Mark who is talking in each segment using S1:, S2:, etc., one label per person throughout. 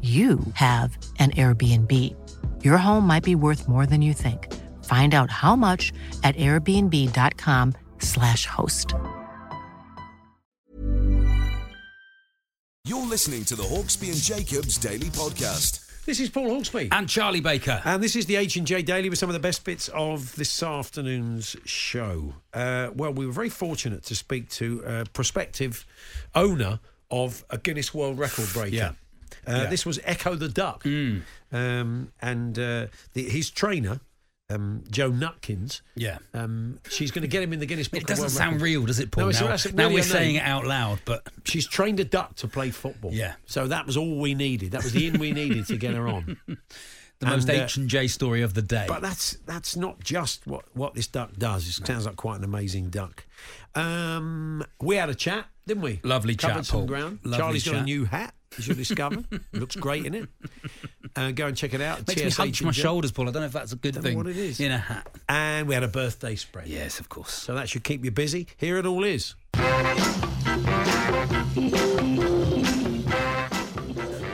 S1: you have an Airbnb. Your home might be worth more than you think. Find out how much at airbnb.com/slash host.
S2: You're listening to the Hawksby and Jacobs Daily Podcast.
S3: This is Paul Hawksby.
S4: and Charlie Baker.
S3: And this is the H&J Daily with some of the best bits of this afternoon's show. Uh, well, we were very fortunate to speak to a prospective owner of a Guinness World Record breaker.
S4: Yeah.
S3: Uh,
S4: Mm.
S3: This was Echo the Duck. Um, and uh, the, his trainer, um, Joe Nutkins,
S4: yeah.
S3: um, she's going to get him in the Guinness Book
S4: It
S3: of
S4: doesn't
S3: World
S4: sound
S3: Records.
S4: real, does it, Paul?
S3: No, it's
S4: now,
S3: that's
S4: now
S3: really
S4: we're
S3: a
S4: saying
S3: name.
S4: it out loud, but
S3: She's trained a duck to play football.
S4: Yeah.
S3: So that was all we needed. That was the in we needed to get her on.
S4: the most
S3: And, uh,
S4: H and J story of the day.
S3: But that's that's not just what, what this duck does. It sounds like quite an amazing duck. Um, we had a chat, didn't we?
S4: Lovely chat,
S3: Covered some
S4: Paul.
S3: ground.
S4: Lovely
S3: Charlie's got a
S4: chat.
S3: new hat, as you'll discover. Looks great in it. Uh, go and check it out.
S4: Makes me
S3: TSH
S4: hunch my
S3: Jim.
S4: shoulders, Paul. I don't know if that's a good
S3: Don't know
S4: thing.
S3: what it is.
S4: In a hat.
S3: And we had a birthday spread.
S4: Yes, of course.
S3: So that should keep you busy. Here it all is.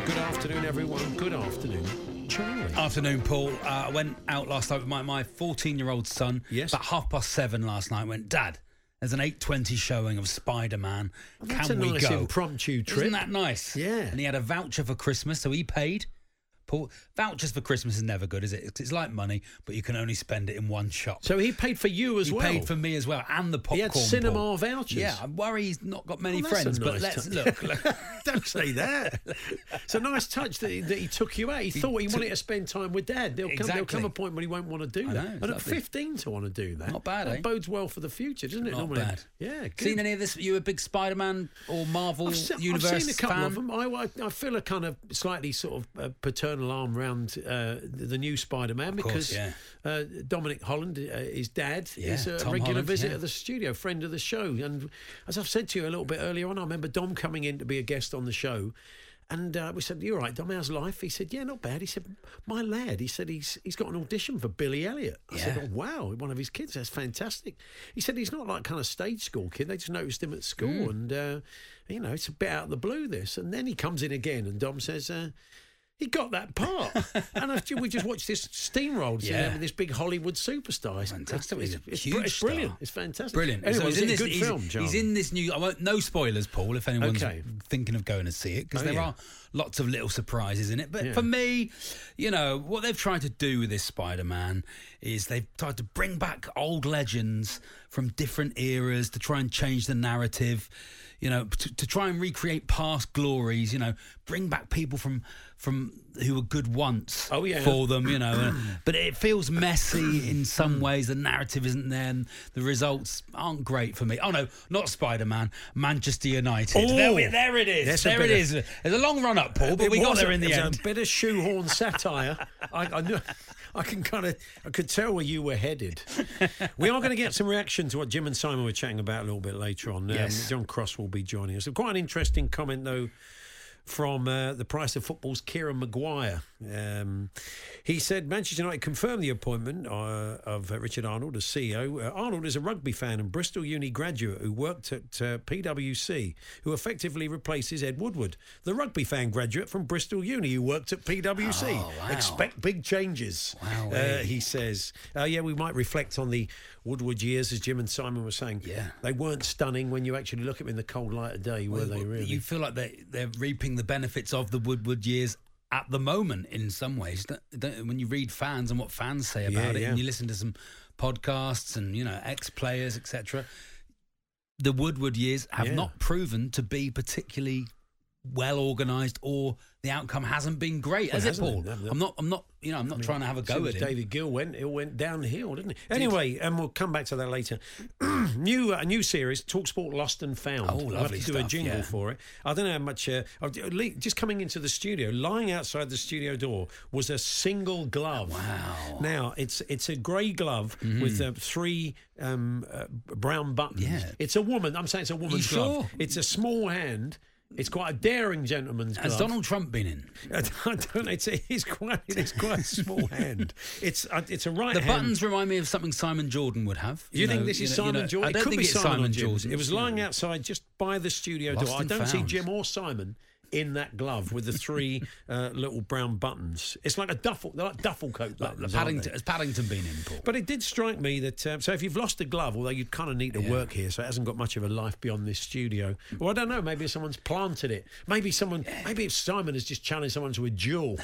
S3: Good afternoon, everyone. Good afternoon, Charlie.
S4: Afternoon, Paul. Uh, I went out last night with my, my 14 year old son.
S3: Yes.
S4: About half past seven last night. Went, Dad, there's an 8.20 showing of Spider Man.
S3: That's
S4: Can
S3: a
S4: we
S3: nice
S4: go?
S3: impromptu trip.
S4: Isn't that nice?
S3: Yeah.
S4: And he had a voucher for Christmas, so he paid. Paul, vouchers for Christmas is never good, is it? It's- It's like money, but you can only spend it in one shop.
S3: So he paid for you as
S4: he
S3: well.
S4: paid for me as well and the popcorn.
S3: He had cinema
S4: Paul.
S3: vouchers.
S4: Yeah, I worry he's not got many
S3: Oh, that's a
S4: friends,
S3: nice
S4: but let's
S3: touch.
S4: look. look.
S3: Don't say that. It's a nice touch that he, that he took you out. He, thought he wanted to spend time with dad. There'll, come, there'll
S4: Exactly.
S3: come a point when he won't want to do
S4: I
S3: that.
S4: know,
S3: and at
S4: lovely.
S3: 15 to want to do that.
S4: Not bad,
S3: That
S4: eh?
S3: bodes well for the future, doesn't it?
S4: Not
S3: normally?
S4: bad.
S3: Yeah, good.
S4: Seen any of this? You a big Spider Man or Marvel
S3: I've se- I've seen,
S4: universe
S3: a couple
S4: fan?
S3: of them. I, I- I feel a kind of slightly sort of uh, paternal arm round uh, the the new Spider-Man
S4: course,
S3: because
S4: yeah.
S3: uh, Dominic Holland, uh, his dad,
S4: Yeah,
S3: is a
S4: Tom
S3: regular
S4: Holland,
S3: visitor
S4: yeah.
S3: at the studio, friend of the show. And as I've said to you a little bit earlier on, I remember Dom coming in to be a guest on the show. And uh, we said, "You're right, Dom. How's life?" He said, "Yeah, not bad." He said, "My lad," he said, "he's he's got an audition for Billy Elliot." I said,
S4: Yeah.
S3: "Oh wow, one of his kids. That's fantastic." He said, "He's not like kind of stage school kid. They just noticed him at school,
S4: Hmm.
S3: and uh, you know, it's a bit out of the blue this." And then he comes in again, and Dom says, uh, "He got that part." and after we just watched this steamrolled yeah.
S4: Yeah.
S3: with this big Hollywood superstar. It's-
S4: Fantastic.
S3: It's,
S4: He's a
S3: it's, it's,
S4: huge
S3: br- it's brilliant.
S4: star.
S3: It's fantastic.
S4: Brilliant.
S3: Anyway,
S4: So
S3: it's
S4: he's in
S3: a
S4: this.
S3: good
S4: he's,
S3: film,
S4: he's
S3: Charlie.
S4: in this new. I won't. No spoilers, Paul. If anyone's
S3: Okay.
S4: thinking of going to see it, because
S3: Oh,
S4: there
S3: yeah.
S4: are lots of little surprises in it. But
S3: Yeah.
S4: for me, you know what they've tried to do with this Spider-Man is they've tried to bring back old legends from different eras to try and change the narrative. You know, to, to try and recreate past glories. You know, bring back people from from who were good once
S3: Oh, yeah.
S4: for them, you know. and- but it feels messy in some
S3: Hmm.
S4: ways. The narrative isn't there. And the results aren't great for me. Oh no, not Spider Man. Manchester United.
S3: Oh.
S4: there, we, there it is.
S3: That's a
S4: there it
S3: bit
S4: is. There's a long run up, Paul, but
S3: It
S4: we got
S3: was
S4: there
S3: a-
S4: in the
S3: it was
S4: end.
S3: A bit of shoehorn satire. I, I knew. I can kind of, I could tell where you were headed. We are going to get some reaction to what Jim and Simon were chatting about a little bit later on. Um,
S4: Yes.
S3: John Cross will be joining us. Quite an interesting comment though from uh, the price of football's Kieran Maguire. Um, he said Manchester United confirmed the appointment uh, of uh, Richard Arnold as CEO. Uh, Arnold is a rugby fan and Bristol Uni graduate who worked at uh, PwC, who effectively replaces Ed Woodward, the rugby fan graduate from Bristol Uni who worked at PwC.
S4: Oh, wow.
S3: Expect big changes.
S4: Wowee.
S3: Uh, he says, uh, "Yeah, we might reflect on the Woodward years, as Jim and Simon were saying.
S4: Yeah.
S3: they weren't stunning when you actually look at them in the cold light of day, were they? Really?
S4: You feel like they they're reaping the benefits of the Woodward years at the moment in some ways. Don't, don't, when you read fans and what fans say
S3: Yeah,
S4: about it, and
S3: yeah.
S4: you listen to some podcasts and you know ex players etc. The Woodward years have
S3: Yeah.
S4: not proven to be particularly well organised or the outcome hasn't been great,
S3: Well,
S4: has it,
S3: hasn't it?
S4: Paul?
S3: No, no.
S4: I'm not. I'm not. You know, I'm not trying to have a go
S3: Soon
S4: at
S3: as
S4: it.
S3: David Gill went, it went downhill, didn't it? Anyway, and we'll come back to that later. new a new series, Talksport Lost and Found.
S4: Oh,
S3: I'll have
S4: lovely
S3: to do a
S4: stuff,
S3: jingle
S4: yeah.
S3: for it. I don't know how much. Uh, I've- le- just coming into the studio, lying outside the studio door was a single glove.
S4: Oh, Wow. Mm-hmm.
S3: Now it's it's a grey glove with uh, three um, uh, brown buttons.
S4: Yeah.
S3: It's a woman. I'm saying it's a woman's glove.
S4: sure?
S3: It's a small hand. It's quite a daring gentleman's glove.
S4: Has Donald Trump been in?
S3: I don't. It's, it's quite. It's quite a small hand. It's uh, it's a right.
S4: The
S3: hand.
S4: buttons remind me of something Simon Jordan would have.
S3: You, think
S4: know,
S3: this
S4: you
S3: is
S4: know- you
S3: Simon
S4: know,
S3: Jordan?
S4: I don't
S3: it could
S4: think
S3: be
S4: it's
S3: Simon,
S4: Simon
S3: Jim's.
S4: Jordan.
S3: It was lying outside just by the studio
S4: Lost
S3: door. I
S4: and
S3: don't see
S4: found.
S3: Jim or Simon in that glove with the three uh, little brown buttons. It's like a duffel. They're like duffel coat
S4: Like
S3: buttons.
S4: the
S3: aren't
S4: Paddington,
S3: they?
S4: has Paddington been in, Paul?
S3: But it did strike me that um, so if you've lost a glove, although you kind of need to work here, so it hasn't got much of a life beyond this studio. Well, I don't know. Maybe someone's planted it. Maybe someone. Maybe if Simon has just challenged someone to a duel,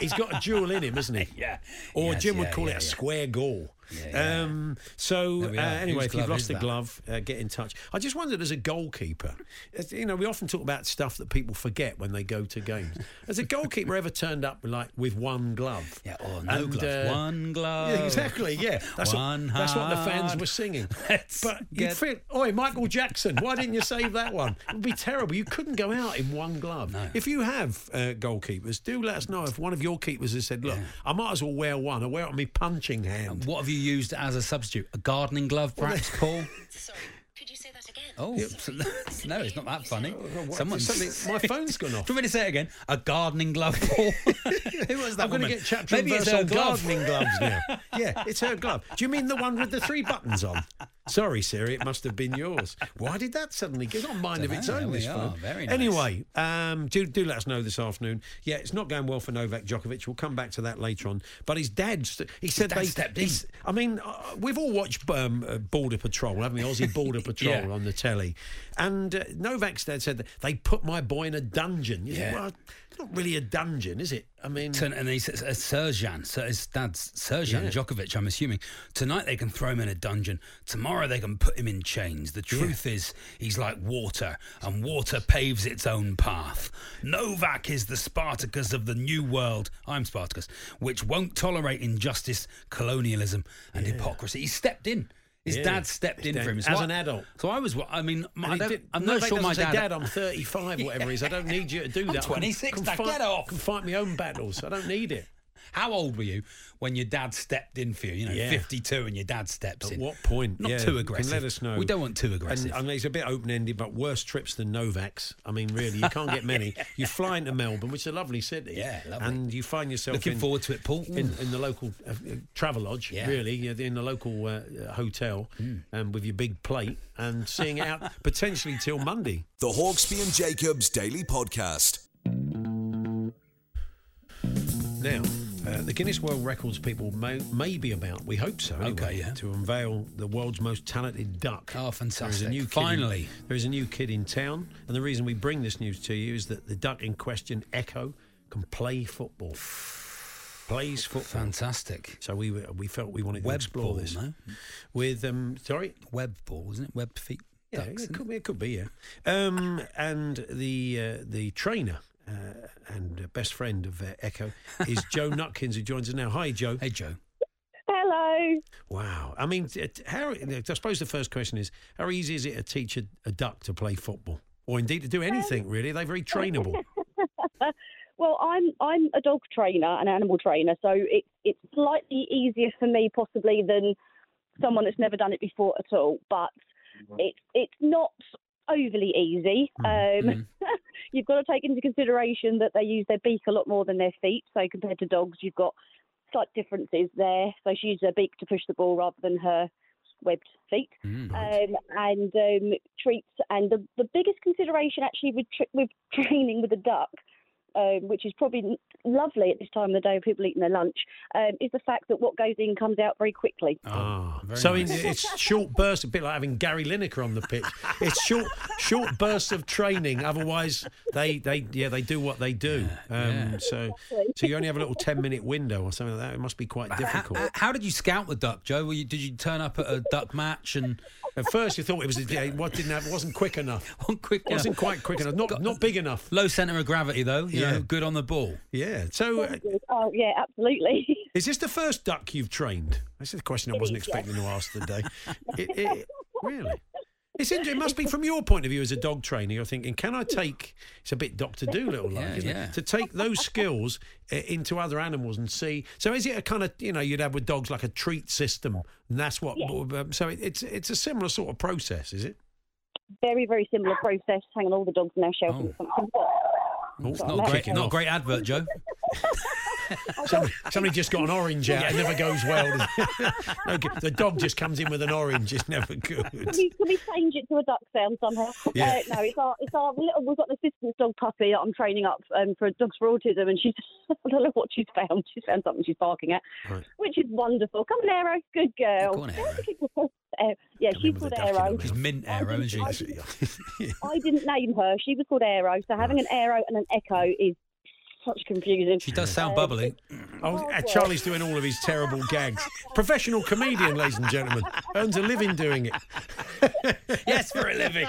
S3: he's got a duel in him, hasn't he?
S4: Yeah.
S3: Or
S4: Yes,
S3: Jim would
S4: yeah,
S3: call it
S4: yeah,
S3: a
S4: yeah.
S3: square goal.
S4: yeah.
S3: Um, so uh,
S4: There we are.
S3: anyway,
S4: Whose
S3: if you've
S4: glove
S3: lost
S4: is
S3: a
S4: that?
S3: glove, uh, get in touch. I just wondered as a goalkeeper, as- you know, we often talk about stuff that people forget when they go to games. Has a goalkeeper ever turned up like with one glove?
S4: Yeah, or no
S3: And,
S4: gloves.
S3: uh,
S4: One glove.
S3: yeah, exactly. Yeah, that's
S4: Oh, One
S3: what that's what the fans
S4: heart.
S3: were singing.
S4: Let's
S3: but you
S4: get-
S3: feel, oi, Michael Jackson, why didn't you save that one? It would be terrible. You couldn't go out in one glove. If you have uh, goalkeepers, do let us know if one of your keepers has said, look, I might as well wear one. I wear it on my punching hand.
S4: What have you used as a substitute? A gardening glove, perhaps, Paul?
S5: Sorry, could you say that again?
S4: Oh,
S5: Sorry, couldn't
S4: no,
S5: hear
S4: it's not
S5: what
S4: that
S5: you
S4: funny.
S5: said.
S3: what-
S4: Someone,
S3: something- my phone's gone off.
S4: Do you want me to say it again? A gardening glove, Paul? Who was that
S3: I'm going to
S4: woman?
S3: get chapter
S4: Maybe
S3: and
S4: it's
S3: verse
S4: her
S3: on
S4: glove.
S3: gardening gloves now. Yeah, it's her glove. Do you mean the one with the three buttons on? Sorry, Siri, it must have been yours. Why did that suddenly get on mind of
S4: Dunno,
S3: its own?
S4: there
S3: This
S4: we
S3: phone.
S4: are. Very nice.
S3: Anyway, um, do do let us know this afternoon. Yeah, it's not going well for Novak Djokovic. We'll come back to that later on. But his dad, st- he said
S4: dad
S3: they.
S4: stepped
S3: he's-
S4: in.
S3: I mean, uh, we've all watched um, uh, Border Patrol, haven't we? Aussie Border Patrol
S4: Yeah.
S3: on the telly, and uh, Novak's dad said that they put my boy in a dungeon. You think,
S4: Yeah.
S3: well, it's not really a dungeon, is it? I mean,
S4: Turn- And he says, uh, Serjan, so his dad's Serjan
S3: Yeah.
S4: Djokovic, I'm assuming. Tonight they can throw him in a dungeon. Tomorrow they can put him in chains. The truth is, he's like water, and water paves its own path. Novak is the Spartacus of the new world. I'm Spartacus, which won't tolerate injustice, colonialism, and hypocrisy. He stepped in. His
S3: Yeah.
S4: dad stepped in
S3: Dad-
S4: for him
S3: as
S4: I-
S3: an adult.
S4: So I was, wa- I mean,
S3: And
S4: I
S3: he
S4: don't,
S3: did-
S4: I'm
S3: no,
S4: not
S3: they
S4: sure
S3: don't
S4: my
S3: say,
S4: dad.
S3: Dad, I'm 35, whatever it is. I don't need you to do
S4: I'm
S3: that. I can-
S4: 26,
S3: can
S4: now
S3: fight,
S4: get off.
S3: can fight my own battles. I don't need it.
S4: How old were you when your dad stepped in for you? You know,
S3: Yeah.
S4: 52 and your dad steps
S3: At
S4: in.
S3: what point?
S4: Not
S3: yeah, you
S4: too
S3: can
S4: aggressive.
S3: Let us know.
S4: We don't want too aggressive.
S3: And I mean, it's a bit open ended, but worse trips than Novak's. I mean, really, you can't get many. You fly into Melbourne, which is a lovely city.
S4: Yeah, lovely.
S3: And you find yourself
S4: Looking
S3: in-
S4: forward to it, Paul. Mm.
S3: In, in the local uh, uh, travel lodge,
S4: Yeah. Hmm.
S3: really, you in the local uh, uh, hotel um, with your big plate and seeing it out potentially till Monday.
S2: The Hawksby and Jacobs Daily Podcast.
S3: Now, uh, the Guinness World Records people may, may be about, we hope so, anyway,
S4: Okay, yeah.
S3: to unveil the world's most talented duck.
S4: Oh, fantastic.
S3: There is a new kid
S4: Finally.
S3: In, there is a new kid in town, and the reason we bring this news to you is that the duck in question, Echo, can play football. Plays football.
S4: Fantastic.
S3: So we were- we felt we wanted to
S4: Web
S3: explore
S4: ball,
S3: this.
S4: no?
S3: With, um, sorry?
S4: Web ball, wasn't it? Web feet.
S3: Yeah,
S4: ducks,
S3: it
S4: isn't
S3: could be. It could be. Yeah. Um, and the uh, the trainer uh, and uh, best friend of uh, Echo is Joe Nutkins, who joins us now. Hi, Joe.
S4: it? Hey, Joe.
S6: Hello.
S3: Wow. I mean, t- t- how? I suppose the first question is, how easy is it to teach a, a duck to play football, or indeed to do anything really? They're very trainable.
S6: Well, I'm I'm a dog trainer, an animal trainer, so it's it's slightly easier for me possibly than someone that's never done it before at all. But it's it's not overly easy. Um, you've got to take into consideration that they use their beak a lot more than their feet. So compared to dogs, you've got slight differences there. So she uses her beak to push the ball rather than her webbed feet.
S4: Mm.
S3: Uh,
S6: um, and um, treats. And the, the biggest consideration actually with, tr- with training with a duck, um, which is probably n- lovely at this time of the day when people eating their lunch, um, is the fact that what goes in comes out very quickly.
S3: Ah,
S4: very
S3: so
S4: nice.
S3: in, it's short bursts, a bit like having Gary Lineker on the pitch. It's short, short bursts of training. Otherwise, they, they, yeah, they do what they do. um, So, so you only have a little ten-minute window or something like that. It must be quite
S4: How,
S3: difficult.
S4: how did you scout the duck, Joe? Were you, did you turn up at a duck match and
S3: At first, you thought it was yeah, what didn't have wasn't quick enough.
S4: One quick, yeah.
S3: Wasn't quite quick enough. Not not big enough.
S4: Low centre of gravity, though. You
S3: Yeah.
S4: know, good on the ball.
S3: Yeah. So, uh,
S6: Oh yeah, absolutely.
S3: is this the first duck you've trained? This is a question I wasn't expecting to ask today. It, it, really. It's inter- it must be from your point of view as a dog trainer. You're thinking, can I take? It's a bit Doctor Doolittle like,
S4: Yeah,
S3: isn't
S4: yeah.
S3: it? To take those skills uh, into other animals and see. So is it a kind of you know you'd have with dogs like a treat system, and that's what. um, so it, it's it's a similar sort of process, is it?
S6: very very similar process. Hang on, all the dogs now shouting something.
S3: Oh,
S4: It's not a great, not a great advert, Joe.
S3: Somebody, somebody just got an orange out. It never goes well. does it? No good. the dog just comes in with an orange. It's never
S6: Can
S3: good.
S6: we, can we change it to a duck sound somehow?
S3: Yeah.
S6: Uh, no, it's our, it's our little, we've got an assistance dog puppy that I'm training up um, for Dogs for Autism, and she's, I don't know what she's found. She's found something she's barking at,
S3: Right.
S6: which is wonderful. Come on, Aero. Good girl.
S4: Go on, Aero.
S6: Why do people call her- yeah,
S3: Come in
S6: she's
S3: with
S6: called
S3: a duck in her
S6: Aero.
S3: mouth.
S4: She's mint arrow, isn't she?
S6: I didn't name her. She was called Aero. So having an Aero and an Echo is such confusion. Uh,
S4: She does sound bubbly.
S3: Oh, uh, Charlie's doing all of his terrible gags. Professional comedian, ladies and gentlemen, earns a living doing it.
S4: yes, for a living.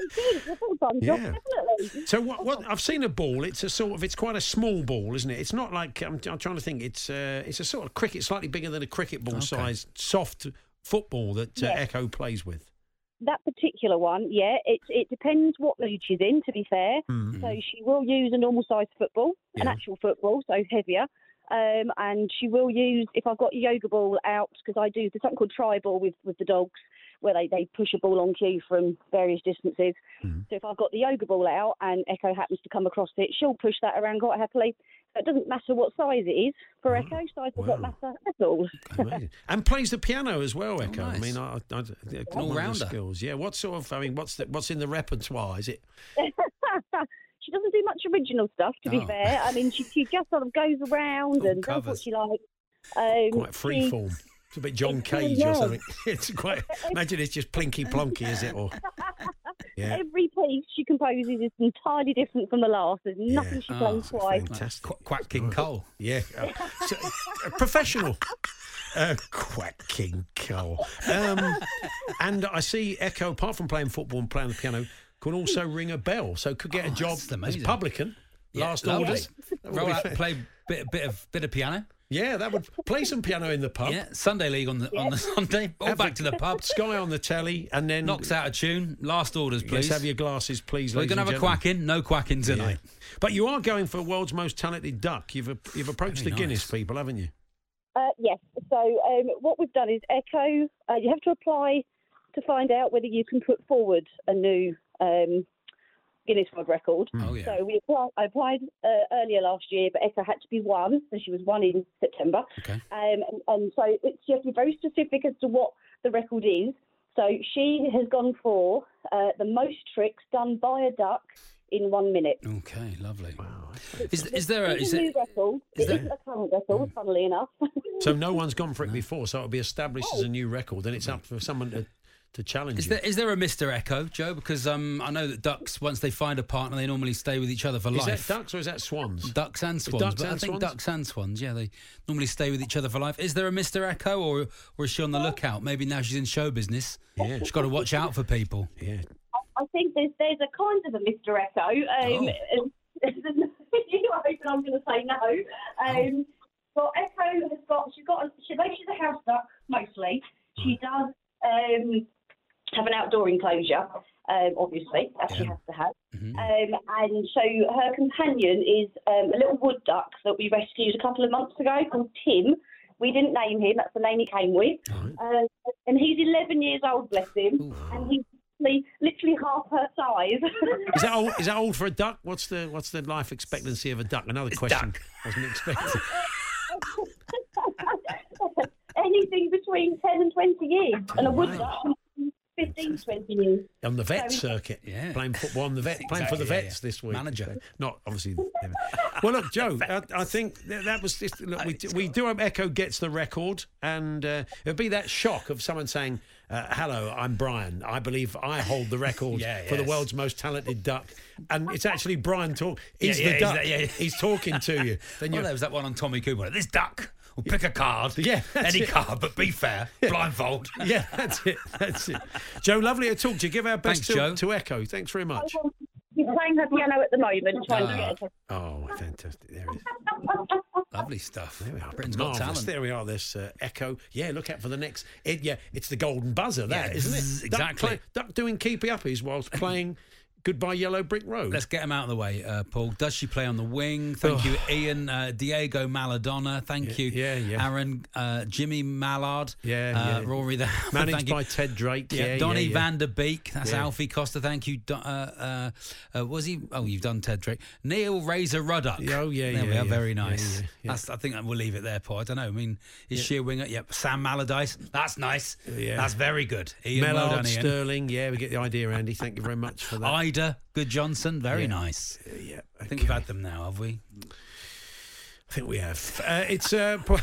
S6: It's a full-time job,
S3: Yeah.
S6: definitely.
S3: So what? What I've seen a ball. It's a sort of. It's quite a small ball, isn't it? It's not like I'm, I'm trying to think. It's uh, it's a sort of cricket, slightly bigger than a cricket ball size, soft football that uh, Echo plays with.
S6: that particular one, yeah, it it depends what mood she's in. To be fair, so she will use a normal sized football, an actual football, so heavier, um, and she will use if I've got a yoga ball out because I do there's something called tri ball with with the dogs where they they push a ball on cue from various distances. So if I've got the yoga ball out and Echo happens to come across it, she'll push that around quite happily. So it doesn't matter what size it is for Echo. Size does not
S3: Wow.
S6: matter at all.
S3: Amazing. and plays the piano as well, Echo. I
S4: Oh, nice.
S3: mean, I, I, I, one of the
S4: all-rounder.
S3: skills. Yeah. What sort of? I mean, what's the, what's in the repertoire? Is it?
S6: she doesn't do much original stuff, to
S4: Oh.
S6: be fair. I mean, she, she just sort of goes around
S4: All
S6: and does what
S4: covers.
S6: she likes. Um,
S3: Quite free
S6: she-
S3: form. It's a bit John
S6: It's really
S3: Cage or
S6: nice.
S3: something. It's quite. Imagine it's just plinky plonky, is it? Or yeah.
S6: Every piece she composes is entirely different from the last. There's nothing she plays
S3: Oh,
S6: twice.
S3: Fantastic.
S4: Qu- Quack King Cole.
S3: Yeah, uh, so, a professional. Uh, quack King Cole. Um, and I see Echo, apart from playing football and playing the piano, can also ring a bell. So could get a
S4: Oh,
S3: job
S4: that's
S3: as
S4: amazing.
S3: publican.
S4: Yeah,
S3: last
S4: lovely.
S3: orders. That would
S4: Roll
S3: be
S4: out,
S3: fair.
S4: play bit, bit of bit of piano.
S3: Yeah, that would play some piano in the pub.
S4: Yeah, Sunday league on the on the Sunday.
S3: Oh.
S4: All
S3: Have
S4: back
S3: a-
S4: to the pub.
S3: Sky on the telly, and then
S4: Knocks out a tune. Last orders,
S3: Please
S4: please.
S3: have your glasses, please.
S4: We're
S3: ladies
S4: gonna
S3: and
S4: have a
S3: gentlemen.
S4: quacking. No quacking tonight.
S3: Yeah. But you are going for world's most talented duck. You've you've approached
S4: Very
S3: the Guinness
S4: nice.
S3: people, haven't you?
S6: Uh, yes. So um, what we've done is Echo. Uh, you have to apply to find out whether you can put forward a new um, Guinness World Record.
S4: Oh yeah.
S6: So we applied, I applied uh, earlier last year, but Echo had to be one, so she was one in September.
S4: Okay.
S6: Um, and, and so it's, you have to be very specific as to what the record is. So she has gone for uh, the most tricks done by a duck in one minute.
S4: Okay. Lovely. Is, is there a
S6: It's
S4: is
S6: a
S4: there,
S6: new record.
S4: is
S6: It
S4: there- Hmm.
S6: isn't a current record, funnily enough.
S3: So no one's gone for it before, so it'll be established as a new record. Then it's up for someone to, to challenge
S4: Is
S3: you.
S4: there is there a Mister Echo, Joe? Because um, I know that ducks once they find a partner, they normally stay with each other for
S3: Is
S4: life.
S3: that ducks or is that swans?
S4: Ducks and swans,
S3: Ducks
S4: but I
S3: and
S4: think
S3: swans?
S4: ducks and swans, yeah, they normally stay with each other for life. Is there a Mister Echo, or or is she on the lookout? Maybe now she's in show business.
S3: Yeah.
S4: she's got to watch out for people.
S3: Yeah.
S6: I think there's there's a kind of a Mr. Echo. Um, and- you are hoping I'm going to say no. Um, Well, Echo has got she's got a, she, though she's a house duck mostly. She does um, have an outdoor enclosure, um, obviously, as she has to have.
S4: Mm-hmm. Oh.
S6: Um, and so her companion is um, a little wood duck that we rescued a couple of months ago called Tim. We didn't name him; that's the name he came with. Um, and he's 11 years old, bless him, and he's literally, literally half her size.
S3: Is that old, is that old for a duck? What's the what's the life expectancy of a duck? Another question.
S4: duck.
S3: Wasn't expecting.
S6: anything between 10 and 20 years. And I would wow. 15, 20 years.
S3: on the vet circuit,
S4: Yeah.
S3: playing football on the vet, playing for the
S4: Exactly, yeah,
S3: vets
S4: yeah.
S3: this week.
S4: Manager.
S3: not obviously. well, look, Joe, I, I think that, that was just, look. We, do- we do hope Echo gets the record, and uh, it'll be that shock of someone saying, uh, "Hello, I'm Brian. I believe I hold the record
S4: Yeah,
S3: for the
S4: yes.
S3: world's most talented duck," and it's actually Brian talk.
S4: Yeah,
S3: He's
S4: yeah,
S3: the
S4: he's
S3: duck.
S4: that- yeah, yeah.
S3: He's talking to you. Then
S4: Well,
S3: you're
S4: there was that one on Tommy Cooper. This duck Well, pick a card.
S3: Yeah, that's
S4: Any
S3: it.
S4: card, but be fair. Blindfold.
S3: Yeah, that's it. That's it. Joe, lovely to talk to you. Give our best
S4: Thanks,
S3: to,
S4: Joe.
S3: to Echo. Thanks very much.
S6: She's playing her piano at the moment, trying to get it.
S3: Oh, fantastic. There it is.
S4: Lovely stuff.
S3: There we are.
S4: Britain's
S3: Marvellous.
S4: got talent.
S3: There we are. This uh, echo. Yeah, look out for the next. It, yeah, it's the golden buzzer. That
S4: Yeah,
S3: not
S4: zzz,
S3: it? Duck
S4: exactly.
S3: play- duck doing keepy uppies whilst playing Goodbye Yellow Brick Road.
S4: Let's get him out of the way, uh, Paul. Does she play on the wing? Thank you, Ian. Uh, Diego Maladona. Thank you.
S3: yeah, yeah.
S4: Aaron, uh, Jimmy Mallard.
S3: Yeah,
S4: uh,
S3: yeah.
S4: Rory the Hammer,
S3: Managed
S4: thank you.
S3: by Ted Drake. Yeah, yeah,
S4: Donny
S3: yeah.
S4: van der Beek. That's
S3: Yeah.
S4: Alfie Costa. Thank you. Do- uh, uh, uh, was he? Oh, you've done Ted Drake. Neil Razor Ruddock.
S3: Yeah, oh, yeah,
S4: There
S3: yeah,
S4: we are.
S3: yeah.
S4: Very
S3: Yeah,
S4: nice.
S3: yeah, yeah.
S4: That's, I think we'll leave it there, Paul. I don't know. I mean, is she a winger? Yep. Sam Allardyce. That's nice.
S3: Yeah.
S4: That's very good. Ian, well
S3: Mellard
S4: done, Ian.
S3: Sterling. Yeah, we get the idea, Andy. Thank you very much for that.
S4: Ida Good Johnson. Very nice.
S3: yeah,
S4: I think we've had them now, have we?
S3: I think we have. Uh, it's uh, po-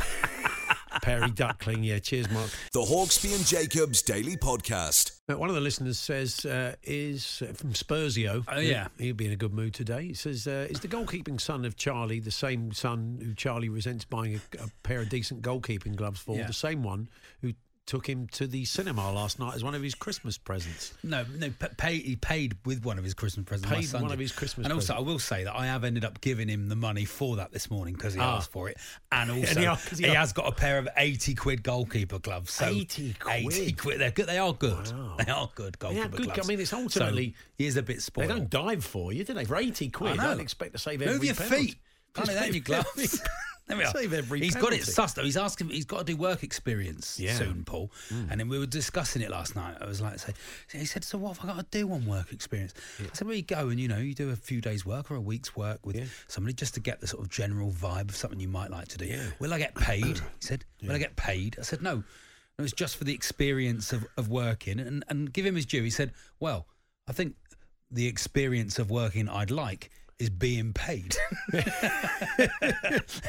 S3: Perry Duckling. Yeah, cheers, Mark.
S2: The Hawksby and Jacobs Daily Podcast.
S3: Uh, One of the listeners says, uh, "Is uh, from Spursio.
S4: Oh, yeah.
S3: He'll- he'll be in a good mood today." He says, uh, "Is the goalkeeping son of Charlie the same son who Charlie resents buying a, a pair of decent goalkeeping gloves for?
S4: Yeah.
S3: The same one who took him to the cinema last night as one of his Christmas presents?
S4: No, no. p- Pay, he paid with one of his Christmas presents. my
S3: Paid
S4: son
S3: one
S4: did.
S3: of his Christmas
S4: And also,
S3: presents.
S4: I will say that I have ended up giving him the money for that this morning because he
S3: Ah.
S4: asked for it, and also
S3: he
S4: he,
S3: asked- 'cause he
S4: has got a pair of eighty quid goalkeeper gloves. So
S3: 80 quid.
S4: Eighty quid. They're good. They are good.
S3: Wow.
S4: They are good goalkeeper
S3: good. I
S4: gloves.
S3: mean, it's ultimately-
S4: so he is a bit
S3: They
S4: spoiled.
S3: don't dive for you, do they? For eighty
S4: I
S3: quid,
S4: know.
S3: I'd expect to save every
S4: Move your
S3: penalty.
S4: feet. Can't do that in your gloves. There we are.
S3: Save every
S4: He's got it
S3: penalty.
S4: sussed though. He's asking. He's got to do work experience
S3: Yeah.
S4: soon, Paul. And then we were discussing it last night. I was like, say, he said, so what have I got to do on work experience? I said, well, you go and you know, you do a few days' work or a week's work with somebody just to get the sort of general vibe of something you might like to do. Will I get paid? he said. Will I get paid? I said, no. It was just for the experience of, of working and, and give him his due. He said, Well, I think the experience of working I'd like is being paid.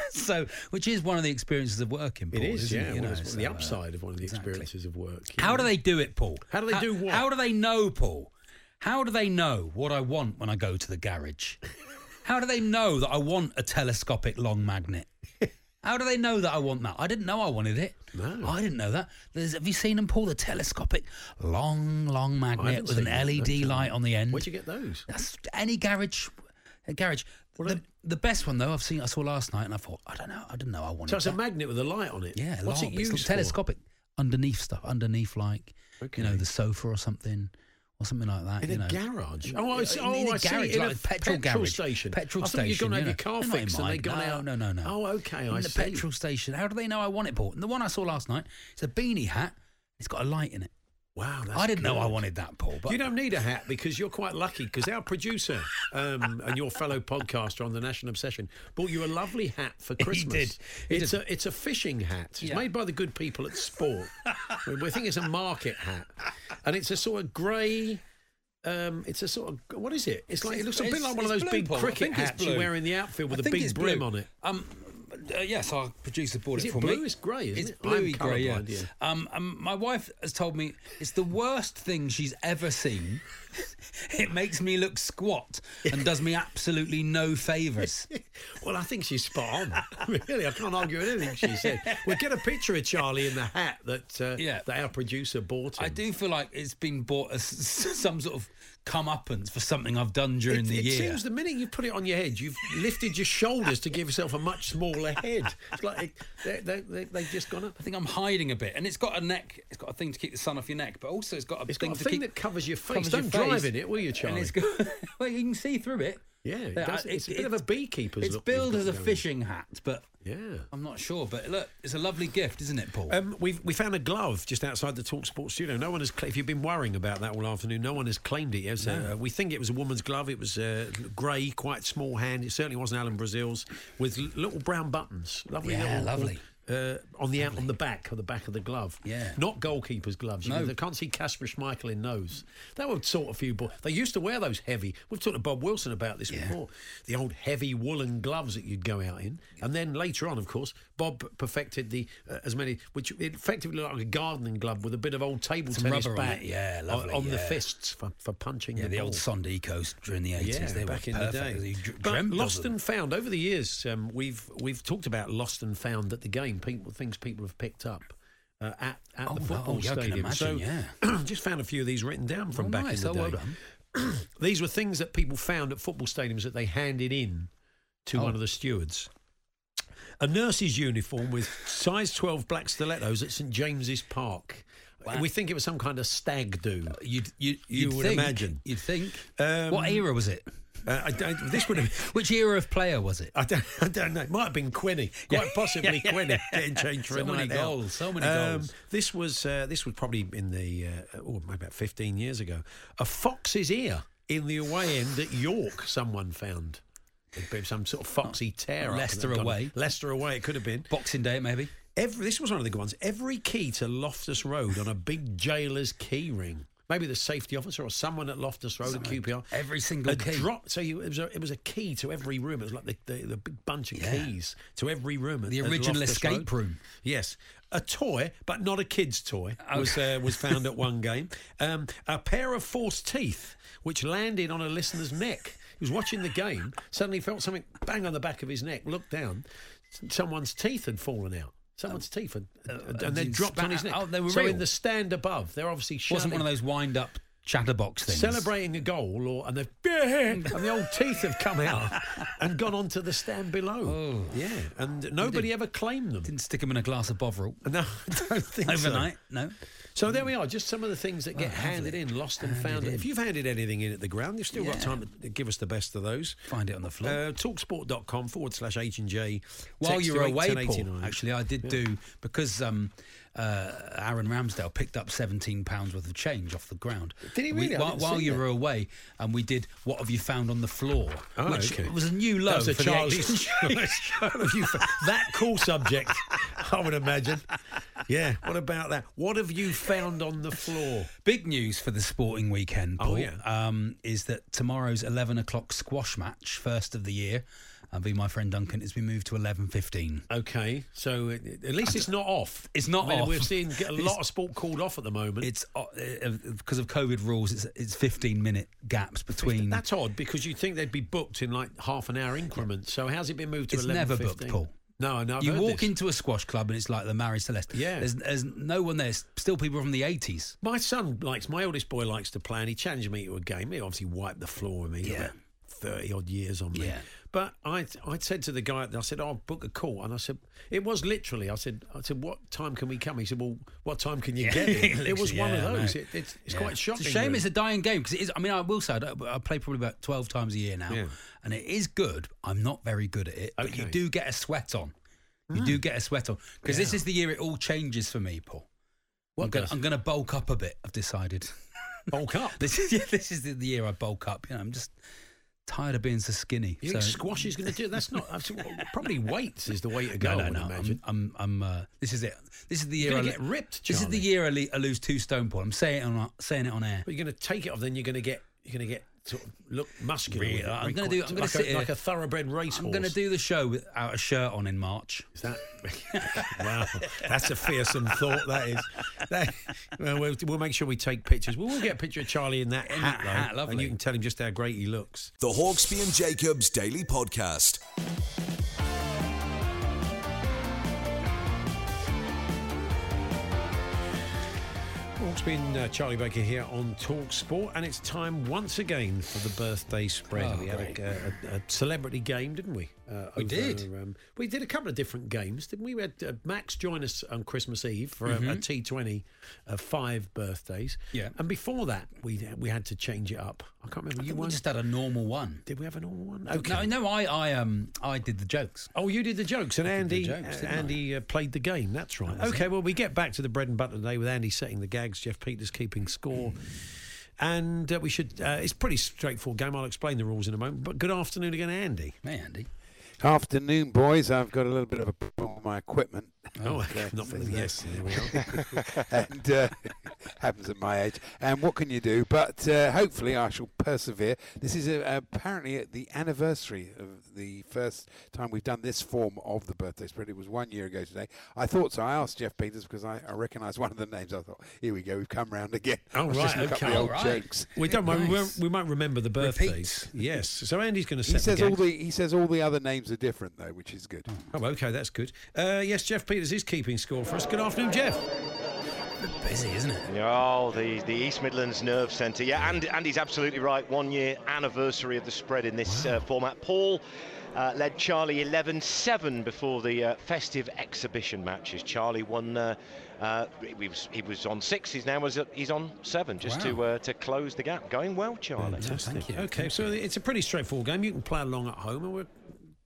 S4: so, which is one of the experiences of working, Paul.
S3: It is,
S4: isn't
S3: yeah.
S4: You
S3: well,
S4: know,
S3: it's
S4: so,
S3: the
S4: uh,
S3: upside of one of the
S4: exactly.
S3: experiences of work. you
S4: How
S3: know.
S4: do they do it, Paul?
S3: How do they do what?
S4: How do they know, Paul? How do they know what I want when I go to the garage? how do they know that I want a telescopic long magnet? How do they know that I want that? I didn't know I wanted it.
S3: No.
S4: I didn't know that. There's, have you seen them, Paul? The telescopic long, long magnet
S3: haven't
S4: with
S3: seen
S4: an
S3: that,
S4: LED
S3: actually.
S4: light on the end.
S3: Where'd you get those?
S4: That's any garage. A garage.
S3: Well,
S4: the,
S3: that-
S4: the best one though I've seen I saw last night and I thought I don't know I didn't know I wanted
S3: So it's a
S4: that.
S3: magnet with a light on it.
S4: Yeah,
S3: What's
S4: alarm.
S3: it used
S4: it's
S3: for?
S4: telescopic underneath stuff, underneath like you know
S3: Okay.
S4: the sofa or something or something like that.
S3: In
S4: you
S3: a
S4: know.
S3: garage?
S4: In-
S3: Oh, I see-
S4: in- in
S3: oh,
S4: a
S3: I see,
S4: garage,
S3: in
S4: like
S3: a
S4: a petrol,
S3: petrol
S4: garage.
S3: station.
S4: Petrol
S3: I thought
S4: station.
S3: you'd gone
S4: you
S3: and
S4: know.
S3: had your car
S4: They're not in
S3: fixed and
S4: mine.
S3: they'd gone
S4: no,
S3: out.
S4: No, no, no.
S3: Oh, okay,
S4: In
S3: I
S4: the
S3: see.
S4: petrol station. How do they know I want it, Paul? And the one I saw last night, it's a beanie hat. It's got a light in it.
S3: Wow, that's
S4: I didn't know I
S3: good.
S4: wanted that, Paul. But
S3: you don't need a hat because you're quite lucky because our producer um, and your fellow podcaster on the National Obsession bought you a lovely hat for
S4: He
S3: Christmas.
S4: did. He
S3: it's
S4: did.
S3: a it's a fishing hat. It's
S4: Yeah.
S3: made by the good people at Sport. we we think it's a market hat, and it's a sort of grey. Um, it's a sort of what is it? It's like it looks a bit
S4: It's-
S3: like one of
S4: it's
S3: those
S4: blue,
S3: big
S4: Paul. I
S3: cricket
S4: think it's
S3: hats you
S4: blue.
S3: wear in the outfield with
S4: I
S3: a
S4: think
S3: big
S4: it's
S3: brim
S4: blue.
S3: on it.
S4: Um, uh, yes, our producer bought
S3: Is
S4: it
S3: it
S4: for me.
S3: blue? It's grey, isn't
S4: it's
S3: it? I'm
S4: bluey grey. Yeah.
S3: colourblind, yeah.
S4: Um, um, my wife has told me it's the worst thing she's ever seen. it makes me look squat and does me absolutely no favours.
S3: Well, I think she's spot on. really, I can't argue with anything she said. We'll get a picture of Charlie in the hat that uh,
S4: Yeah.
S3: that our producer bought him.
S4: I do feel like it's been bought as some sort of comeuppance for something I've done during
S3: It,
S4: the
S3: it
S4: year.
S3: seems the minute you put it on your head, you've lifted your shoulders to give yourself a much smaller head. It's like it, they, they, they, they've just gone up.
S4: I think I'm hiding a bit, and it's got a neck. It's got a thing to keep the sun off your neck, but also it's got a
S3: It's
S4: thing
S3: got a
S4: to
S3: thing
S4: keep
S3: that covers your face.
S4: covers
S3: Don't
S4: your
S3: drive
S4: face.
S3: in it, will you, Charlie?
S4: And it's got, well, you can see through it.
S3: Yeah, it
S4: Uh,
S3: does- it's a bit of a beekeeper's
S4: It's
S3: look he's
S4: billed
S3: got
S4: as a
S3: going.
S4: fishing hat, but
S3: yeah.
S4: I'm not sure. But look, it's a lovely gift, isn't it, Paul?
S3: Um, we've, we found a glove just outside the Talk Sports studio. No one has. Cl- if you've been worrying about that all afternoon, no one has claimed it yet. So, uh, we think it was a woman's glove. It was uh, grey, quite small hand. It certainly wasn't Alan Brazil's with l- little brown buttons. Lovely,
S4: Yeah,
S3: little,
S4: lovely.
S3: Uh, on the out on the back of the back of the glove.
S4: Yeah.
S3: Not goalkeepers' gloves. You
S4: No.
S3: can- I can't see Casper Schmeichel in those. That would sort a few. Bo- they used to wear those heavy. We've talked to Bob Wilson about this before. The old heavy woolen gloves that you'd go out in, and then later on, of course, Bob perfected the uh, as many, which it effectively looked like a gardening glove with a bit of old table
S4: Some
S3: tennis
S4: rubber on
S3: bat.
S4: it. Yeah,
S3: on-
S4: lovely,
S3: On the
S4: yeah.
S3: fists for, for punching
S4: yeah,
S3: the,
S4: the old
S3: ball.
S4: Sonde Ecos during the 80s.
S3: Yeah,
S4: they
S3: back
S4: were
S3: in the
S4: perfect.
S3: day.
S4: You dr-
S3: But
S4: dreamt of
S3: lost
S4: them.
S3: and found over the years, um, we've we've talked about lost and found at the game. people, things people have picked up uh, at, at
S4: Oh,
S3: the
S4: no.
S3: football
S4: Yeah, I can
S3: stadium.
S4: imagine,
S3: so just found a few of these written down from
S4: Oh,
S3: back
S4: nice.
S3: in
S4: Oh,
S3: the
S4: well
S3: day.
S4: done.
S3: these were things that people found at football stadiums that they handed in to
S4: Oh.
S3: one of the stewards. A nurse's uniform with size 12 black stilettos at St James's Park.
S4: Wow. Uh,
S3: We think it was some kind of stag do.
S4: You'd, you
S3: You
S4: you'd
S3: would
S4: think-
S3: imagine.
S4: You'd think.
S3: Um,
S4: what era was it?
S3: Uh, I don't, this would have.
S4: Which era of player was it?
S3: I don't, I don't know. It might have been Quinny, quite possibly
S4: Yeah.
S3: Quinny getting changed for
S4: So
S3: a
S4: many
S3: night out.
S4: goals, so many goals.
S3: This was uh, this was probably in the uh, oh, maybe about fifteen years ago. A fox's ear in the away end at York. Someone found It'd been some sort of foxy tear. up that
S4: Leicester
S3: had gone-
S4: away.
S3: Leicester away. It could have been.
S4: Boxing Day, maybe.
S3: Every, this was one of the good ones. Every key to Loftus Road on a big jailer's key ring. Maybe the safety officer or someone at Loftus Road at QPR.
S4: Every single
S3: a
S4: key.
S3: Drop, so you, it, was a, it was a key to every room. It was like the, the, the big bunch of
S4: Yeah.
S3: keys to every room. At,
S4: The
S3: at
S4: original
S3: Loftus Road.
S4: escape room.
S3: Yes, a toy, but not a kid's toy, was uh, was found at one game. Um, a pair of false teeth, which landed on a listener's neck. He was watching the game, suddenly felt something bang on the back of his neck. Looked down, s- someone's teeth had fallen out. Someone's
S4: Oh.
S3: teeth had, and then
S4: did
S3: dropped on
S4: spat
S3: his neck.
S4: out. Oh, They were
S3: so
S4: real?
S3: in the stand above, they're obviously
S4: Wasn't
S3: shouting-
S4: one of those wind up chatterbox things.
S3: celebrating a goal, or and they've and the old teeth have come out and gone onto the stand below.
S4: Oh.
S3: yeah, and nobody ever claimed them.
S4: Didn't stick them in a glass of Bovril
S3: No, I don't think so.
S4: overnight. No.
S3: So
S4: Mm.
S3: there we are, just some of the things that get handed in, lost and found. If you've handed anything in at the ground, you've still got
S4: Yeah.
S3: time to give us the best of those.
S4: Find it on the floor.
S3: Uh, talksport.com forward slash H and J.
S4: While
S3: Text
S4: you
S3: to
S4: were away, Paul,
S3: 1889.
S4: actually, I did do because um, uh, Aaron Ramsdale picked up seventeen pounds worth of change off the ground.
S3: Did he
S4: We-
S3: really? I
S4: while
S3: didn't
S4: while
S3: see
S4: you
S3: that.
S4: were away, and we did what have you found on the floor,
S3: Oh,
S4: which
S3: okay.
S4: was a new low
S3: That was a
S4: for
S3: Charlie's
S4: the exchange.
S3: choice. What have you found? that cool subject, I would imagine. Yeah, what about that? What have you found on the floor?
S4: Big news for the sporting weekend,
S3: Oh,
S4: Paul,
S3: yeah.
S4: um, is that tomorrow's eleven o'clock squash match, first of the year, and be my friend Duncan, has been moved to eleven fifteen.
S3: Okay, so at at least it's not off.
S4: It's not
S3: I mean,
S4: off.
S3: We're seeing a lot
S4: It's-
S3: of sport called off at the moment.
S4: It's uh, uh, because of COVID rules. It's it's fifteen minute gaps between.
S3: That's odd because you'd think they'd be booked in like half an hour increments. So how's it been moved to
S4: It's
S3: 11.15?
S4: never booked, Paul.
S3: No, I know. I've
S4: you
S3: heard
S4: walk
S3: this.
S4: into a squash club and it's like the Mary Celeste.
S3: Yeah.
S4: There's, there's no one there. It's still people from the 80s.
S3: My son likes, my oldest boy likes to play, and he challenged me to a game. He obviously wiped the floor with me. He's
S4: Yeah.
S3: about 30 odd years on me.
S4: Yeah.
S3: But I, I said to the guy, I said, I'll book a call. And I said, it was literally, I said, I said, what time can we come? He said, well, what time can you get here? It was
S4: Literally,
S3: one
S4: yeah, I
S3: of those.
S4: know.
S3: It, it's it's
S4: Yeah.
S3: quite shocking.
S4: It's a shame
S3: really.
S4: it's a dying game because it is. I mean, I will say, I, don't- I play probably about 12 times a year now
S3: Yeah.
S4: and it is good. I'm not very good at it, but you
S3: Okay.
S4: do get a sweat on. You do get a sweat on because this
S3: Yeah.
S4: is the year it all changes for me, Paul.
S3: What
S4: I'm gonna-
S3: does?
S4: I'm going to bulk up a bit, I've decided.
S3: bulk up.
S4: this is yeah, this is the, the year I bulk up. You know, I'm just tired of being so skinny.
S3: You think
S4: so-
S3: squash is going to do it? That's not, that's, probably weights is the way to go, I
S4: No, no,
S3: would
S4: no.
S3: imagine.
S4: I'm, I'm, I'm uh, this is it. This is the year
S3: gonna
S4: I
S3: get ripped,
S4: This is the
S3: Charlie.
S4: year I, le- I lose two stone. Paul, I'm saying it on saying it on air.
S3: But you're going to take it off, then you're going to get you're going to get sort of look muscular.
S4: Really?
S3: with it very
S4: I'm gonna
S3: quick.
S4: do- I'm gonna
S3: like,
S4: sit
S3: a,
S4: here.
S3: like a thoroughbred racehorse.
S4: I'm going to do the show without a shirt on in March.
S3: Is that? wow, that's a fearsome thought. That is. That- well, we'll we'll make sure we take pictures. We'll, we'll get a picture of Charlie in that
S4: In
S3: hat,
S4: that
S3: though,
S4: hat,
S3: and you
S4: lovely.
S3: can tell him just how great he looks.
S2: The Hawksby and Jacobs Daily Podcast.
S3: It's been uh, Charlie Baker here on Talk Sport, and it's time once again for the birthday spread.
S4: Oh,
S3: we had
S4: great.
S3: a, a, a celebrity game, didn't we? Uh,
S4: We did.
S3: Um, we did a couple of different games, didn't we? We had uh, Max join us on Christmas Eve for um, a a T20 uh, five birthdays.
S4: Mm-hmm. Yeah.
S3: And before that, we we had to change it up. I can't remember. you
S4: We
S3: won.
S4: just had a normal one.
S3: Did we have an all one? Okay.
S4: No, no. I, I, um, I did the jokes.
S3: Oh, you did the jokes, and Andy
S4: jokes, didn't I?
S3: Andy uh, played the game. That's right. okay, well, we get back to the bread and butter today with Andy setting the gags, Jeff Peters keeping score, and uh, we should. Uh, it's a pretty straightforward game. I'll explain the rules in a moment. But good afternoon again, Andy.
S4: Hey, Andy.
S7: Afternoon, boys. I've got a little bit of a problem with my equipment.
S3: Oh,
S7: Yeah,
S3: not
S7: so
S3: really.
S7: that-
S3: Yes, there we are.
S7: and uh, happens at my age. And what can you do? But uh, hopefully, I shall persevere. This is uh apparently at the anniversary of the first time we've done this form of the birthday spread. It was one year ago today. I thought so. I asked Jeff Peters because I, I recognised one of the names. I thought, here we go. We've come round again.
S3: Oh,
S7: Let's just
S3: right,
S7: look up
S3: okay.
S7: the old
S4: All right.
S7: jokes.
S3: We don't mind. we
S4: Nice.
S3: won't- We might remember the birthdays.
S4: Repeats.
S3: Yes. So Andy's going to
S7: He
S3: set
S7: says
S3: the
S7: all
S3: gags.
S7: the he says all the other names are different, though, which is good.
S3: Oh, okay, that's good. Uh, yes, Jeff Peters is keeping score for us. Good afternoon, Jeff.
S4: Busy, isn't it?
S8: Oh, the, the East Midlands Nerve Centre. Yeah, and, and he's absolutely right. One year anniversary of the spread in this uh, format. Paul uh, led Charlie 11 7 before the uh, festive exhibition matches. Charlie won. Uh, uh, he, was, he was on sixes, now he's, he's on seven, just to uh, to close the gap. Going well, Charlie.
S3: Fantastic. Okay, so it's a pretty straightforward game. You can play along at home, and we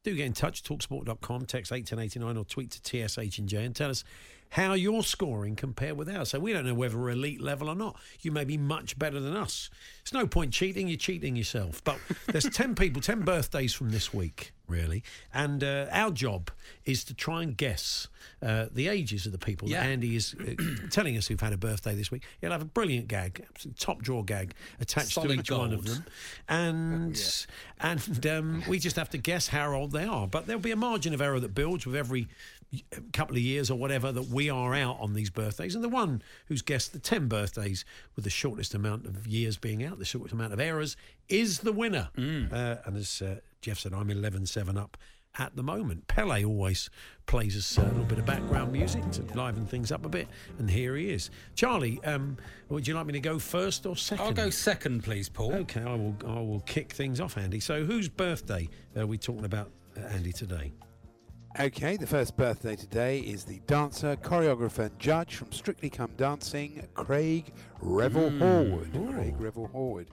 S3: do get in touch. Talksport.com, text eight ten eighty nine, or tweet to TSH and J, and tell us how your scoring compared with ours. So we don't know whether we're elite level or not. You may be much better than us. There's no point cheating. You're cheating yourself. But there's ten people, ten birthdays from this week, really, and uh, our job is to try and guess uh, the ages of the people
S4: Yeah.
S3: that Andy is uh, telling us who've had a birthday this week. He'll have a brilliant gag, absolute top draw gag attached to
S4: Solid
S3: each one of
S4: gold.
S3: them and and um, we just have to guess how old they are. But there'll be a margin of error that builds with every y- couple of years or whatever that we are out on these birthdays. And the one who's guessed the ten birthdays with the shortest amount of years being out, the shortest amount of errors, is the winner.
S4: Mm.
S3: Uh, and as uh, Jeff said, I'm 11-7 up. At the moment, Pele always plays us a little bit of background music to liven things up a bit, and here he is. Charlie, um, would you like me to go first or second? Oh,
S4: I'll go second, please, Paul.
S3: Okay, I will. I will kick things off, Andy. So, whose birthday are we talking about, uh, Andy, today?
S7: Okay, the first birthday today is the dancer, choreographer, and judge from Strictly Come Dancing, Craig Revel Horwood. Craig Revel Horwood.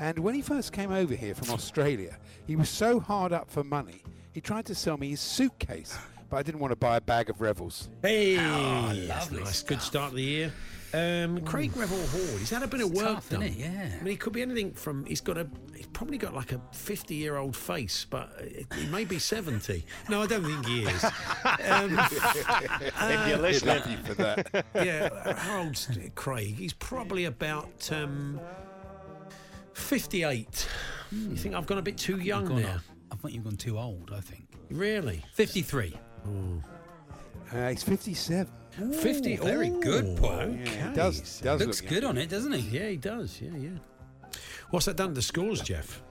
S7: And when he first came over here from Australia, he was so hard up for money, he tried to sell me his suitcase, but I didn't want to buy a bag of Revels.
S3: Hey,
S4: lovely
S3: nice.
S4: stuff. Mm.
S3: Good start of the year. Um, Craig Revel Hall. He's had a bit of work
S4: tough,
S3: done.
S4: isn't it? Yeah.
S3: I mean, he could be anything from. He's got a. He's probably got like a fifty-year-old face, but uh, it, he may be seventy. No, I don't think he is. Um,
S8: if you're
S7: He'd
S8: listening,
S7: love you for that.
S3: yeah, how old's Craig? He's probably about um, fifty-eight. You think I've gone a bit too young
S4: You've Hmm. gone
S3: there?
S4: I think you've gone too old, I think.
S3: Really?
S4: 53.
S7: Uh, he's 57.
S3: 50.
S4: very good, Paul.
S3: Okay.
S7: He does, does
S4: Looks
S7: look
S4: good on it, doesn't he?
S3: Yeah, he does. Yeah, yeah. What's that done to scores, Jeff?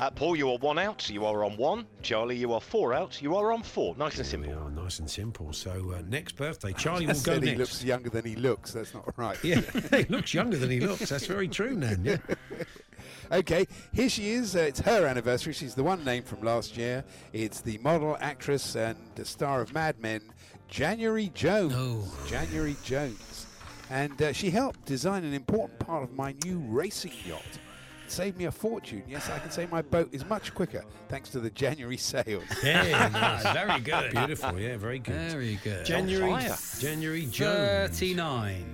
S8: uh, Paul, you are one out. You are on one. Charlie, you are four out. You are on four. Nice and simple.
S3: Oh, nice and simple. So, uh, next birthday, Charlie
S7: I
S3: will go
S7: said he
S3: next.
S7: looks younger than he looks. That's not right.
S3: yeah, he looks younger than he looks. That's very true, Nan. Yeah.
S7: Okay, here she is. Uh, it's her anniversary. She's the one name from last year. It's the model, actress, and the star of Mad Men, January Jones. January Jones. And uh, she helped design an important part of my new racing yacht. It saved me a fortune. Yes, I can say my boat is much quicker thanks to the January sales.
S3: Yeah, nice. very good. Beautiful. Yeah, very good.
S4: Very good.
S3: January,
S8: fire.
S3: January Jones.
S4: 39.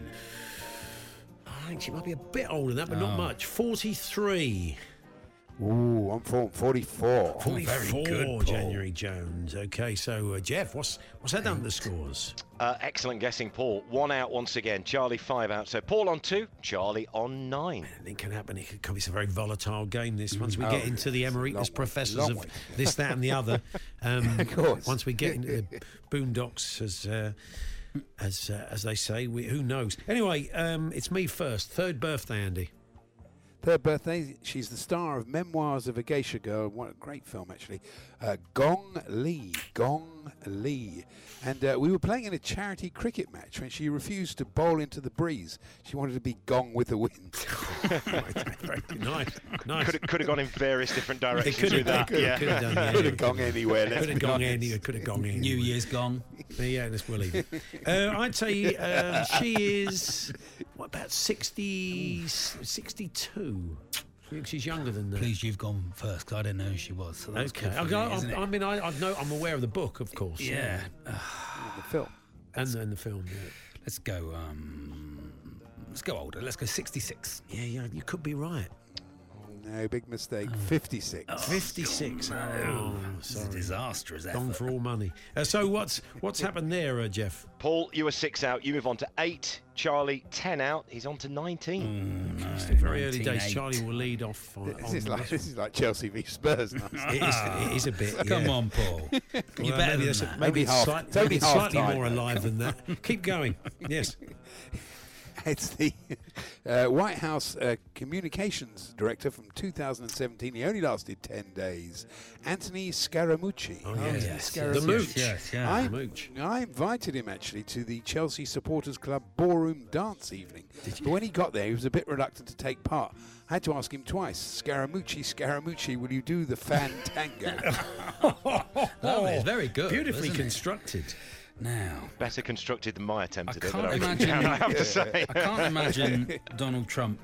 S3: I think she might be a bit older than that, but not much. 43.
S7: Ooh, I'm form 44.
S3: 44,
S4: very good, Paul.
S3: January Jones. Okay, so uh, Jeff, what's what's that done to the scores?
S8: Uh, excellent guessing, Paul. One out once again. Charlie, five out. So Paul on two, Charlie on nine.
S3: It can happen. It could, it's a very volatile game. This once we
S7: Oh,
S3: get into the
S7: yes. Long
S3: emeritus
S7: way,
S3: professors
S7: long
S3: of
S7: way.
S3: this, that, and the other. Um,
S7: Of course.
S3: Once we get into the boondocks, as uh, as uh, as they say, we, who knows? Anyway, um, it's me first. Third birthday, Andy.
S7: Third birthday, she's the star of Memoirs of a Geisha Girl. What a great film, actually. Uh, Gong Lee. Gong Lee. And uh, we were playing in a charity cricket match when she refused to bowl into the breeze. She wanted to be gong with the wind.
S3: Very nice, nice.
S8: Could have, could have gone in various different directions
S3: could have-
S8: with that.
S3: could have-
S8: yeah.
S3: could have done. Yeah,
S7: Could
S3: yeah.
S7: have gone anywhere. let's
S3: Could have
S7: be
S3: gone
S7: honest.
S3: Andy. Could have gone Andy.
S4: New Year's gone.
S3: Yeah, this will leave. it. uh, I'd say um, she is what about 60, 62? I think she's younger than that.
S4: Please, you've gone first because I didn't know who she was. So that's
S3: Okay.
S4: good for
S3: I,
S4: me, isn't
S3: I,
S4: it?
S3: I mean, I, I know I'm aware of the book, of course.
S4: yeah. Uh,
S7: The film.
S3: and and the film. Yeah.
S4: let's go. Um, let's go older. Let's go 66.
S3: yeah, yeah, you could be right.
S7: No, big mistake.
S3: Oh.
S7: 56.
S3: Fifty-six. Oh,
S4: This is a
S3: sorry.
S4: disastrous
S3: Gone
S4: effort.
S3: for all money. Uh, so what's what's happened there, uh, Jeff?
S8: Paul, you are six out. You move on to eight. Charlie, ten out. He's on to 19.
S4: Oh,
S3: Still very early days.
S4: 19-8.
S3: Charlie will lead off. On,
S7: This is,
S3: on
S7: like, this is like Chelsea v Spurs. now.
S3: it, is, it is a bit.
S4: Come
S3: yeah.
S4: on, Paul. You're
S3: Well,
S4: better
S3: maybe
S4: than
S3: that's a-
S4: that.
S3: Maybe
S7: Only
S3: it's
S7: half-
S3: slight-
S7: it's only
S3: maybe it's
S7: half
S3: slightly
S7: time.
S3: more alive than that. Keep going. Yes.
S7: it's the uh, White House uh, communications director from 2017. He only lasted 10 days. Anthony Scaramucci.
S3: Oh,
S7: Anthony
S3: yes. The
S7: Scaramucci.
S3: Mooch. Yes,
S4: yeah,
S7: I,
S3: the Mooch.
S7: I invited him actually to the Chelsea Supporters Club ballroom dance evening. But when he got there, he was a bit reluctant to take part. I had to ask him twice, Scaramucci, Scaramucci, will you do the fan tango?
S3: Oh,
S4: That is very good,
S3: Beautifully
S4: isn't it?
S3: constructed.
S4: Now,
S8: Better constructed than my attempt
S4: Mm. I
S8: at it.
S4: can't
S8: I, reckon.
S4: imagine-
S8: I have to say.
S4: I can't imagine Donald Trump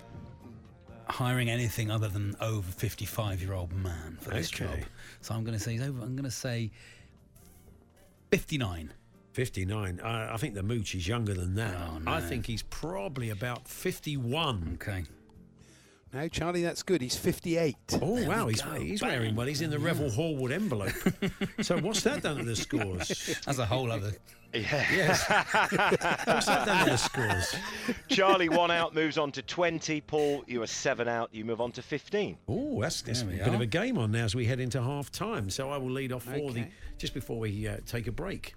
S4: hiring anything other than over 55 year old man for this
S3: Okay.
S4: job. So I'm going to say he's over. I'm going to say 59.
S3: 59. Uh, I, I think the Mooch is younger than that.
S4: Oh, no.
S3: I think he's probably about 51.
S4: Okay.
S7: no, Charlie, that's good. He's 58.
S3: Oh,
S4: There
S3: wow.
S4: we
S3: He's,
S4: go.
S3: he's wearing one. He's in the Revel Hallwood envelope. so, what's that done to the scores?
S4: That's a whole other.
S3: What's that done to the scores?
S8: Charlie, one out, moves on to 20. Paul, you are seven out. You move on to 15.
S3: Oh, that's, that's a
S4: There we
S3: bit of
S4: are.
S3: a game on now as we head into half time. So, I will lead off for the
S7: Okay.
S3: just before we uh, take a break.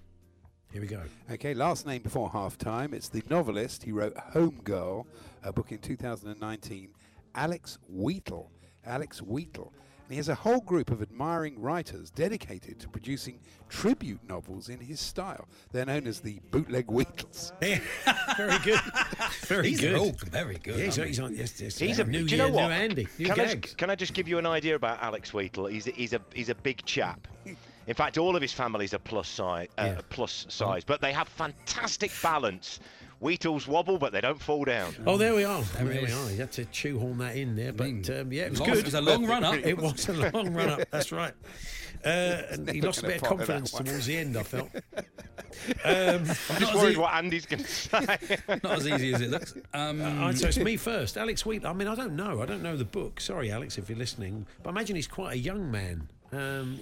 S3: Here we go.
S7: Okay, last name before half time. It's the novelist. He wrote Home Girl, a book in 2019, Alex Wheatle. Alex Wheatle. And he has a whole group of admiring writers dedicated to producing tribute novels in his style. They're known as the bootleg Wheatles.
S3: Very good. Very
S4: These
S3: good.
S4: are all very good.
S3: Yeah, he's,
S4: aren't
S3: he's
S4: they?
S3: on. Yes, yes,
S8: He's
S3: yeah.
S8: a
S3: new
S8: do you
S3: year,
S8: know what?
S3: new Andy, new
S8: can, I,
S3: gag.
S8: just- can I just give you an idea about Alex Wheatle? He's a, he's a he's a big chap. In fact, all of his families are plus size, uh,
S3: Yeah.
S4: Mm-hmm.
S8: plus size, but they have fantastic balance. Wheatles wobble, but they don't fall down.
S3: Oh, there we are. There,
S4: There it
S3: we
S4: is.
S3: are. You had to shoehorn that in there, but
S4: mean,
S3: um, yeah, it was
S4: long-
S3: good.
S4: it was a long run up.
S3: It was a long run up. That's right. Uh, and he
S7: never
S3: lost a
S7: gonna
S3: bit of
S7: follow that
S3: confidence
S7: one.
S3: towards the end. I felt. Um,
S8: I'm just
S4: Not as
S8: worried
S4: e-
S8: what Andy's going to say.
S4: Not as easy as it looks. Um,
S3: all right, so it's me first, Alex Wheat. I mean, I don't know. I don't know the book. Sorry, Alex, if you're listening. But I imagine he's quite a young man. Um,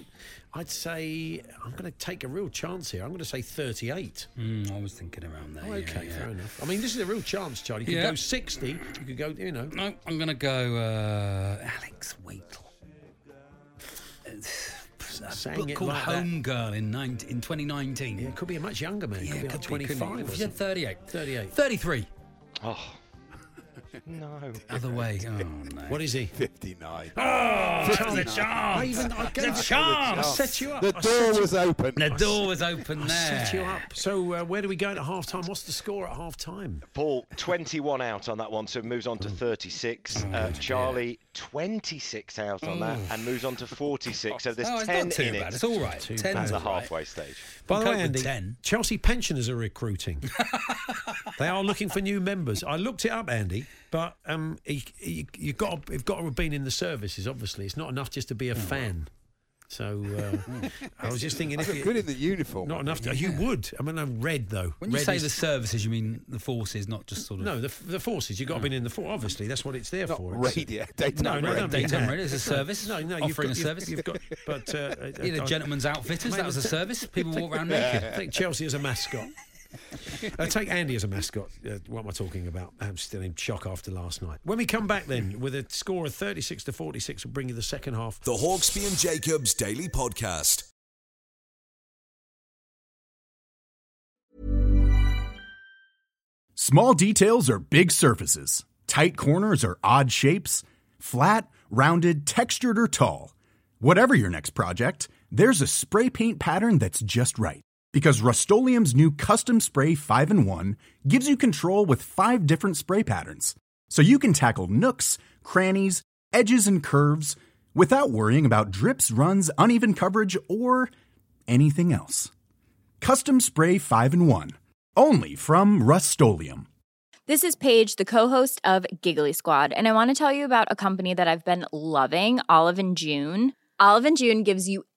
S3: I'd say I'm going to take a real chance here. I'm going to say 38.
S4: mm, I was thinking around there. yeah,
S3: okay,
S4: yeah.
S3: fair enough. I mean, this is a real chance, Charlie. You could
S4: Yeah.
S3: go 60. You could go, you know.
S4: No, I'm going to go uh, Alex Wheatle.
S3: Saying
S4: Uh, book
S3: it
S4: called
S3: like that.
S4: Home Girl in, 19, in 2019.
S3: Yeah, it could be a much younger man. could be like
S4: could be, couldn't
S3: 25
S4: it?
S3: or
S4: If you
S3: something.
S4: said 38.
S3: 38.
S4: 33.
S8: oh no!
S4: Other way. Oh, no.
S3: What is he?
S7: 59.
S4: Oh, the chance.
S3: I even I gave
S4: the
S3: you- I
S4: chance.
S3: set you up.
S7: The
S3: I
S7: door
S3: set you-
S7: was open.
S4: The door was open
S3: I
S4: there. Oh,
S3: set you up. So uh, where do we go at half time? What's the score at half time?
S8: Paul, 21 out on that one, so moves on to
S4: Mm.
S8: 36.
S4: Oh,
S8: uh, Charlie, 26 out on that, and moves on to 46. So there's
S4: Mm. Oh, it's
S8: 10
S4: not too
S8: in
S4: bad.
S8: it
S4: It's all right.
S3: Too
S4: 10
S3: bad.
S8: at
S4: is
S8: the
S4: all right.
S8: halfway stage.
S3: By the
S4: cope
S3: way,
S4: with
S3: Andy,
S4: 10.
S3: Chelsea pensioners are recruiting. they are looking for new members. I looked it up, Andy, but um, you, you, you've got to, you've got to have been in the services. Obviously, it's not enough just to be
S4: Mm.
S3: a fan. So uh, I was just thinking,
S7: I
S3: if
S7: look
S3: you,
S7: good in the uniform.
S3: not enough, to, you would. I mean, I'm red though.
S4: When you
S3: Red
S4: say
S3: is-
S4: the services, you mean the forces, not just sort of.
S3: no, the, the forces you've got to
S4: Mm.
S3: be in the force. Obviously, that's what it's there
S7: Not
S3: for. It's-
S7: radio. Daytime
S3: No, no,
S7: radio.
S3: no,
S4: Daytime
S3: no.
S4: radio is a service.
S3: No, no,
S4: Offering
S3: you've
S4: a
S3: got,
S4: service.
S3: You've, you've got, but uh, I-
S4: Yeah, the
S3: I-
S4: gentleman's outfitters,
S3: Mate,
S4: that was a
S3: take-
S4: service. People
S3: take-
S4: walk around naked.
S3: Take Chelsea as a mascot. Uh, take Andy as a mascot. Uh, what am I talking about? I'm still in shock after last night. When we come back, then, with a score of 36 to 46, we'll bring you the second half.
S2: The Hawksby and Jacobs Daily Podcast.
S9: Small details are big surfaces. Tight corners are odd shapes. Flat, rounded, textured, or tall. Whatever your next project, there's a spray paint pattern that's just right. Because Rust new Custom Spray 5 in 1 gives you control with five different spray patterns. So you can tackle nooks, crannies, edges, and curves without worrying about drips, runs, uneven coverage, or anything else. Custom Spray 5 in 1. Only from Rust
S10: This is Paige, the co-host of Giggly Squad, and I want to tell you about a company that I've been loving, Olive and June. Olive and June gives you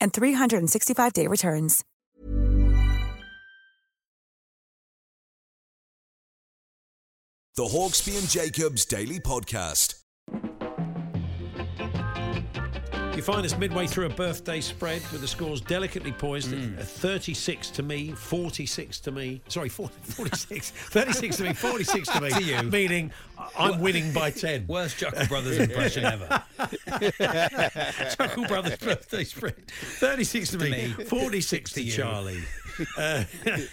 S11: and 365-day returns.
S2: The Hawksby and Jacobs Daily Podcast.
S3: You find us midway through a birthday spread with the scores delicately poised at 36 to me, 46 to me. Sorry, 40, 46. 36 to me, 46 to me.
S4: To you.
S3: Meaning I- I'm winning by 10.
S4: Worst Chuckle Brothers impression ever.
S3: Chuckle Brothers birthday spread. 36 to me, 46 to,
S4: To you.
S3: Charlie. Uh,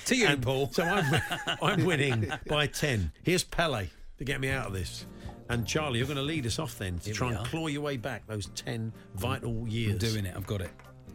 S3: to you, Paul. So I'm, I'm winning by 10. Here's Pele to get me out of this. And Charlie, you're going to lead us off then to try and claw your way back those 10 vital years.
S4: doing it. I've got it.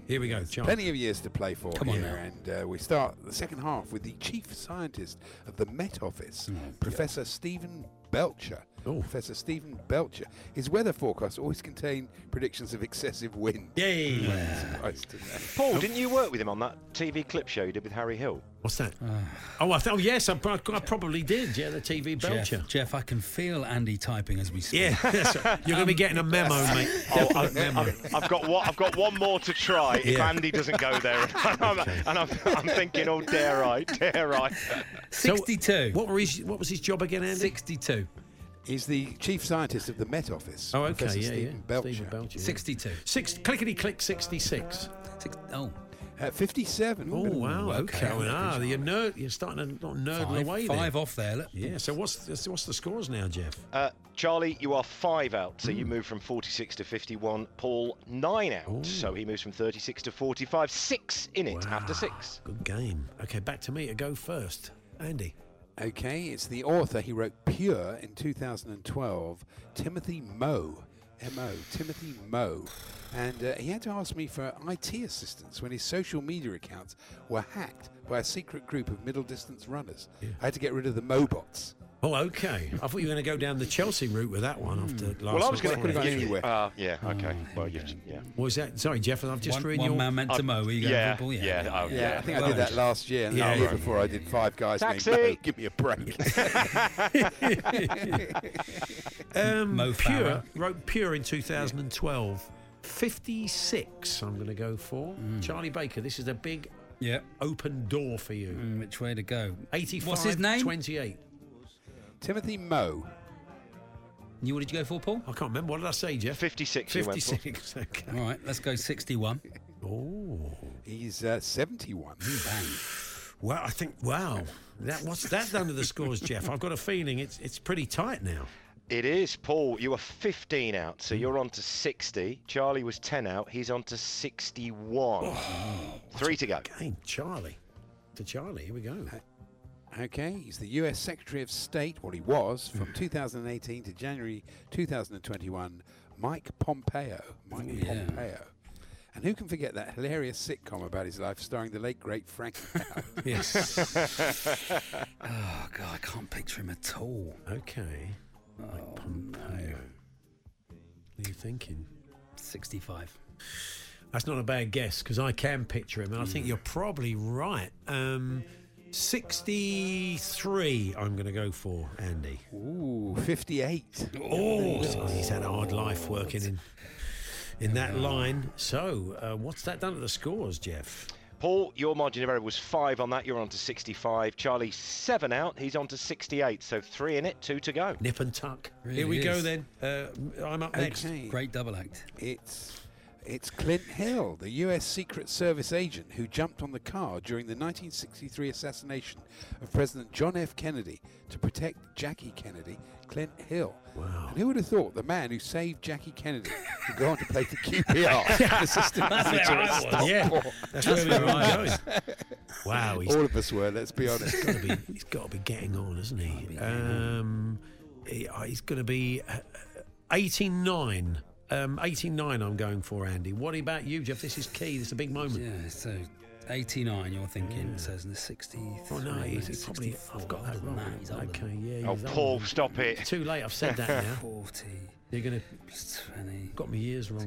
S3: Here we go, Charlie.
S7: Plenty of years to play for
S4: Come on
S7: here,
S4: now.
S7: and uh, we start the second half with the chief scientist of the Met Office,
S4: Mm,
S7: Professor Stephen Belcher. Professor Stephen Belcher. His weather forecasts always contain predictions of excessive wind.
S3: Yay!
S7: Surprised at that.
S8: Paul, didn't you work with him on that TV clip show you did with Harry Hill?
S3: What's that?
S4: Uh.
S3: oh, I th- oh, yes, I, pro- I probably did. Yeah, the TV Belcher.
S4: Jeff, Jeff, I can feel Andy typing as we speak.
S3: Yeah, that's right. you're going to be getting a memo, mate.
S4: Oh,
S3: Definite memo.
S8: I've got one, I've got one more to try if
S3: Yeah.
S8: Andy doesn't go there. and I'm, and I'm, I'm thinking, oh, dare I, dare I?
S4: 62.
S3: What, were his, what was his job again, Andy?
S4: 62.
S7: He's the chief scientist of the Met Office.
S3: Oh, okay,
S7: Professor
S3: yeah,
S7: Stephen
S3: yeah.
S7: Belcher.
S3: Stephen Belcher. yeah.
S4: 62.
S3: Six, clickety click 66.
S4: Six, oh,
S7: Uh, 57.
S3: Oh,
S7: Ooh,
S3: wow. Okay.
S7: okay.
S3: Ah, you're, nerd, you're starting to not nerdle
S4: five,
S3: away
S4: five
S3: there.
S4: off there. Look.
S3: Yeah, so what's the, what's the scores now, Jeff?
S8: Uh, Charlie, you are five out,
S3: Mm.
S8: so you move from 46 to 51. Paul, nine out, so he moves from 36 to 45. Six in it after six.
S3: Good game. Okay, back to me to go first. Andy.
S7: Okay, it's the author. He wrote Pure in 2012, Timothy Moe. M.O. Timothy Moe. And uh, he had to ask me for IT assistance when his social media accounts were hacked by a secret group of middle distance runners. I had to get rid of the Mobots.
S3: Oh, okay. I thought you were going to go down the Chelsea route with that one after last
S8: Hmm. well, I was
S3: week's
S8: going to
S7: gone
S3: game.
S7: anywhere.
S8: Uh, yeah,
S3: Hmm.
S8: okay. Well, you, yeah.
S3: Was that? Sorry, Jeff, I've just
S4: one
S3: ruined
S4: one
S3: your.
S4: man meant to
S8: I've-
S4: mow. Are you going
S8: yeah,
S4: for football?
S8: yeah, I-
S7: Yeah,
S8: Yeah,
S7: I think I
S4: well-
S7: did that last year, and
S3: Yeah,
S7: the year
S3: right.
S7: before I did Five Guys Named
S8: Taxi!
S7: Moe. Give me a break.
S3: Um,
S4: Mo
S3: Pure
S4: Farah.
S3: wrote Pure in 2012. 56, I'm going to go for.
S4: Hmm.
S3: Charlie Baker, this is a big
S4: Yeah.
S3: open door for you.
S4: Mm, which way to go?
S3: 85,
S4: What's his name?
S3: 28.
S7: Timothy Moe.
S4: You, what did you go for, Paul?
S3: I can't remember. What did I say, Jeff?
S8: 56 you went for.
S3: 56, okay.
S4: All right, let's go 61.
S3: Oh.
S7: He's uh, 71.
S3: Well, I think, wow. That, what's that done to the scores, Jeff? I've got a feeling it's it's pretty tight now.
S8: It is, Paul. You are 15 out,
S3: Hmm.
S8: so you're on to 60. Charlie was 10 out. He's on to 61. Three to go.
S3: Oh, Game, Charlie. To Charlie, here we go.
S7: Okay, he's the US Secretary of State, well, he was, from 2018 to January 2021, Mike Pompeo. Mike
S4: Yeah.
S7: Pompeo. And who can forget that hilarious sitcom about his life starring the late, great Frank Capra?
S3: Yes.
S4: Oh, God, I can't picture him at all. Oh,
S3: okay. Mike Pompeo. What are you thinking?
S4: 65.
S3: That's not a bad guess because I can picture him, and I think you're probably right. Um, 63, I'm going to go for Andy.
S7: Ooh, 58.
S3: Oh, he's had a hard life working in in that line. So, uh, what's that done to the scores, Jeff?
S8: Paul, your margin of error was five on that. You're on to 65. Charlie, seven out. He's on to 68. So three in it, two to go.
S3: Nip and tuck. Here
S4: Really
S3: we go
S4: is.
S3: then. Uh, I'm up next.
S7: Okay.
S4: Great double act.
S7: It's it's Clint Hill, the U.S. Secret Service agent who jumped on the car during the 1963 assassination of President John F. Kennedy to protect Jackie Kennedy. Clint Hill. Wow. And who would have thought the man who saved Jackie Kennedy would go on to play for QPR? assistant
S4: That's where
S7: manager
S4: I
S7: at
S4: was.
S7: Stockport?
S3: Yeah, that's where we were going. Wow, he's
S7: All of us were. Let's be honest.
S3: got to be he's got to be getting on, isn't he? Um, he- uh, he's going to be uh, 89. Um, 89 I'm going for, Andy. What about you, Jeff? This is key. This is a big moment.
S4: Yeah, so 89, you're thinking, it says in the 60s.
S3: Oh, no, he's, he's probably. I've got that wrong. okay, yeah.
S8: Oh,
S3: he's older
S8: Paul,
S3: than-
S8: stop it.
S3: Too late, I've said that now.
S4: 40.
S3: You're going to.
S4: Plus 20.
S3: Got my years wrong.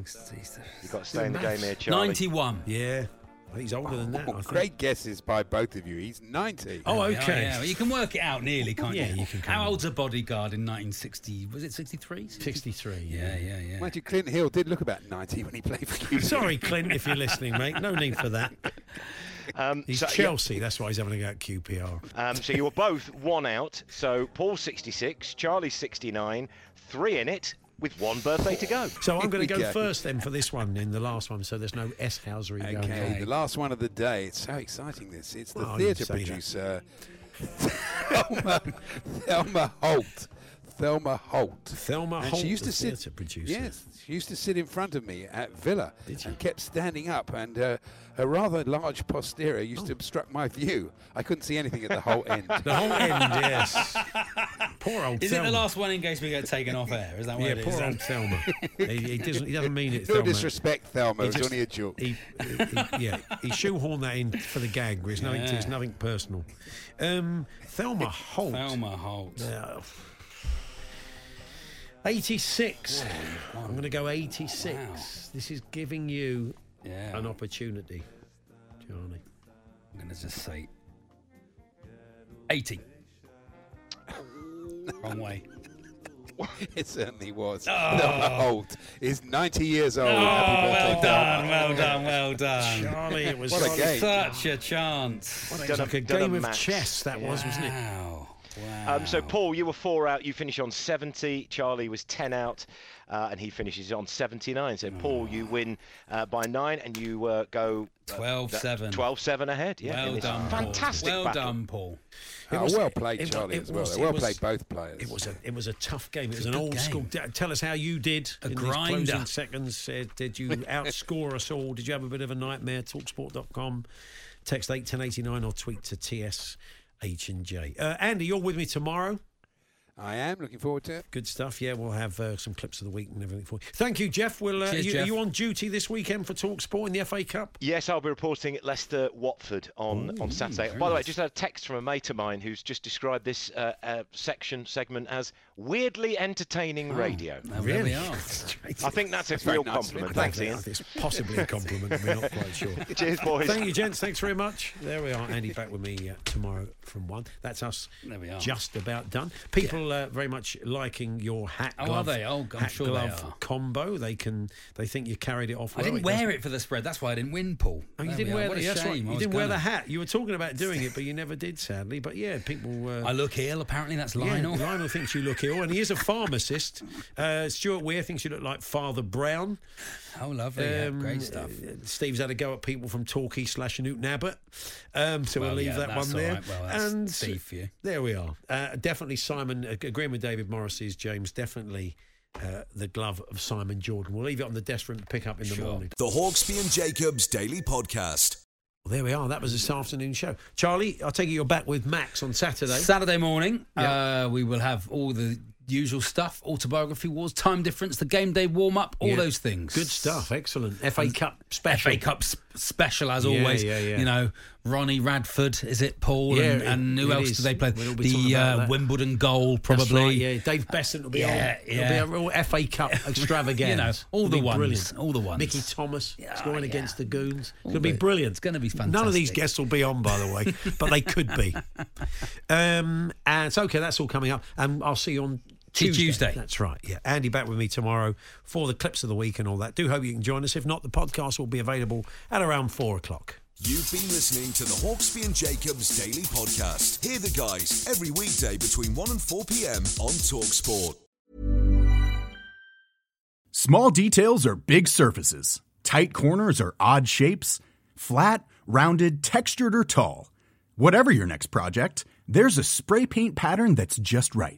S8: You've got to stay in the game here, Charlie.
S4: 91.
S3: Yeah. He's older than that, I think.
S7: Oh, Great guesses by both of you. He's 90.
S3: Oh,
S4: Yeah,
S3: okay.
S4: yeah, well, you can work it out nearly, can't
S3: Yeah,
S4: you?
S3: you can kind
S4: How
S3: of-
S4: old's a bodyguard in 1960? Was it 63?
S3: 63.
S4: Yeah, yeah, yeah.
S7: Mind you, Clint Hill did look about 90 when he played for you.
S3: Sorry, Clint, if you're listening, mate. No need for that.
S8: Um,
S3: He's
S8: so, yeah,
S3: Chelsea. That's why he's having a go at QPR.
S8: Um, so you were both one out. So Paul 66, Charlie 69, three in it with one birthday to go.
S3: So I'm going to
S7: Here
S3: go,
S7: we go.
S3: first then for this one, then the last one. So there's no S Housery
S7: Okay,
S3: going. on.
S7: the last one of the day. It's so exciting, this. It's the
S3: Well, I didn't
S7: theatre
S3: say that.
S7: producer, Thelma, Thelma Holt. Thelma Holt.
S3: Thelma
S7: and
S3: Holt,
S7: she used
S3: the
S7: to sit,
S3: theatre producer.
S7: Yes, she used to sit in front of me at Villa
S3: Did she?
S7: and kept standing up, and uh, her rather large posterior used
S3: Oh.
S7: to obstruct my view. I couldn't see anything at the whole end.
S3: The whole end, yes. Poor old
S4: Is it
S3: Thelma.
S4: the last one in case we get taken off air? Is that what
S3: Yeah,
S4: it is?
S3: poor old Thelma. he, he doesn't, he doesn't mean it,
S7: no
S3: Thelma.
S7: disrespect, Thelma.
S3: He
S7: It's
S3: just-
S7: only a joke.
S3: He, he- yeah, he shoehorned that in for the gag. But it's nothing. It's
S4: Yeah.
S3: nothing personal. Um, Thelma Holt.
S4: Thelma Holt.
S3: Uh, 86. I'm going to go 86.
S4: Wow.
S3: This is giving you
S4: Yeah.
S3: an opportunity, Johnny.
S4: I'm going to just say 80. Wrong way.
S7: It certainly was.
S3: Oh.
S7: Thelma Holt is 90 years old. Happy birthday,
S4: Oh, well done,
S7: Thelma.
S4: well done, well done.
S3: Charlie, it was
S7: What a game.
S4: Such a chance.
S3: It
S8: Done
S3: was
S8: a-
S3: like a
S8: done a
S3: game of
S8: maths.
S3: chess, that was, wasn't it?
S4: Wow. Wow.
S8: Um, so Paul, you were four out. You finish on 70. Charlie was 10 out, uh, and he finishes on 79. So Paul, you win uh, by nine, and you uh, go
S4: 12-7.
S8: 12-7 ahead. Yeah, in
S4: well
S8: this
S4: done.
S8: fantastic
S4: Paul. Well
S8: battle.
S4: done, Paul.
S3: It
S7: Oh,
S3: was-
S7: well played,
S3: it wa-
S7: Charlie,
S3: it
S7: as well.
S3: was-
S7: They
S3: it
S7: well
S3: was-
S7: played both players.
S3: It was a it was a tough game. It was
S4: a
S3: an
S4: good
S3: old
S4: game.
S3: school. t- Tell us how you did.
S4: A
S3: in these
S4: grinder.
S3: Closing seconds. Uh, did you outscore us all? Did you have a bit of a nightmare? Talksport.com. Text eight ten eighty nine or tweet to TS H and J. Uh, Andy, you're with me tomorrow.
S7: I am looking forward to it.
S3: Good stuff. Yeah, we'll have uh, some clips of the week and everything for you. Thank you, Jeff. Will uh,
S4: Cheers,
S3: you,
S4: Jeff.
S3: Are you on duty this weekend for Talksport in the FA Cup?
S8: Yes, I'll be reporting at Leicester Watford on, on Saturday. By the way, I just had a text from a mate of mine who's just described this uh, uh, section segment as weirdly entertaining radio.
S4: Well, There we are.
S8: I think that's a
S7: very
S8: real
S7: nice of him.
S8: compliment.
S7: I
S8: Thanks,
S3: I
S8: Ian.
S3: think It's possibly a compliment. We're not quite sure.
S8: Cheers, boys.
S3: Thank you, gents. Thanks very much. There we are. Andy back with me uh, tomorrow from one. That's us.
S4: There we are.
S3: Just about done. People uh, very much liking your hat.
S4: Oh, are
S3: glove,
S4: they? Oh, I'm
S3: hat
S4: sure they
S3: glove
S4: are.
S3: combo. They can. They think you carried it off.
S4: I
S3: well.
S4: didn't
S3: doesn't-
S4: wear it for the spread. That's why I didn't win, Paul.
S3: Oh, you
S4: There
S3: didn't
S4: we
S3: wear
S4: are. What
S3: the.
S4: a
S3: That's right.
S4: shame. I
S3: You
S4: was
S3: didn't wear the
S4: gonna.
S3: hat. You were talking about doing it, but you never did, sadly. But yeah, people. Uh,
S4: I look ill. Apparently, that's
S3: yeah,
S4: Lionel.
S3: Lionel thinks you look ill, and he is a pharmacist. Uh, Stuart Weir thinks you look like Father Brown.
S4: Oh, lovely. yeah,
S3: Um,
S4: great stuff.
S3: uh, Steve's had a go at people from Torquay slash Newton Abbott. Um, so we'll,
S4: Well,
S3: leave
S4: yeah,
S3: that
S4: that's
S3: one
S4: all
S3: there.
S4: right. Well, that's
S3: and
S4: Steve for you.
S3: there we are. Uh, definitely Simon, ag- agreeing with David Morrissey's James, definitely uh, the glove of Simon Jordan. We'll leave it on the desk for him to pick up in the
S4: Sure.
S3: morning.
S2: The Hawksby and Jacobs Daily Podcast.
S3: Well, there we are. That was this afternoon show. Charlie, I'll take it you're back with Max on Saturday.
S4: Saturday morning, uh, we will have all the usual stuff: autobiography wars, time difference, the game day warm up, all
S3: Yeah.
S4: those things.
S3: Good stuff. Excellent. FA Cup special.
S4: FA Cup s- special as
S3: Yeah,
S4: always.
S3: yeah, yeah.
S4: You know, Ronnie Radford, is it Paul?
S3: Yeah,
S4: and,
S3: it-
S4: and who
S3: it
S4: else
S3: is.
S4: do they play?
S3: We'll be talking
S4: the
S3: about
S4: uh,
S3: that.
S4: Wimbledon goal,
S3: That's
S4: probably.
S3: right, yeah, Dave Besant will be
S4: Yeah,
S3: on.
S4: yeah.
S3: It'll be a real FA Cup extravaganza.
S4: You know, all
S3: It'll
S4: the
S3: be
S4: ones,
S3: brilliant.
S4: all the ones.
S3: Nicky Thomas
S4: Yeah,
S3: scoring
S4: yeah.
S3: against the Goons. It's
S4: All
S3: going to be
S4: the-
S3: brilliant.
S4: it's gonna be
S3: None of these
S4: fantastic.
S3: guests will be on, by the way, but they could be. Um, and so, okay, that's all coming up. And I'll see you on
S4: See you
S3: Tuesday.
S4: Tuesday.
S3: That's right. Yeah. Andy back with me tomorrow for the clips of the week and all that. Do hope you can join us. If not, the podcast will be available at around four o'clock.
S2: You've been listening to the Hawksby and Jacobs Daily Podcast. Hear the guys every weekday between 1 and 4 p.m. on Talksport.
S9: Small details are big surfaces. Tight corners are odd shapes. Flat, rounded, textured, or tall. Whatever your next project, there's a spray paint pattern that's just right.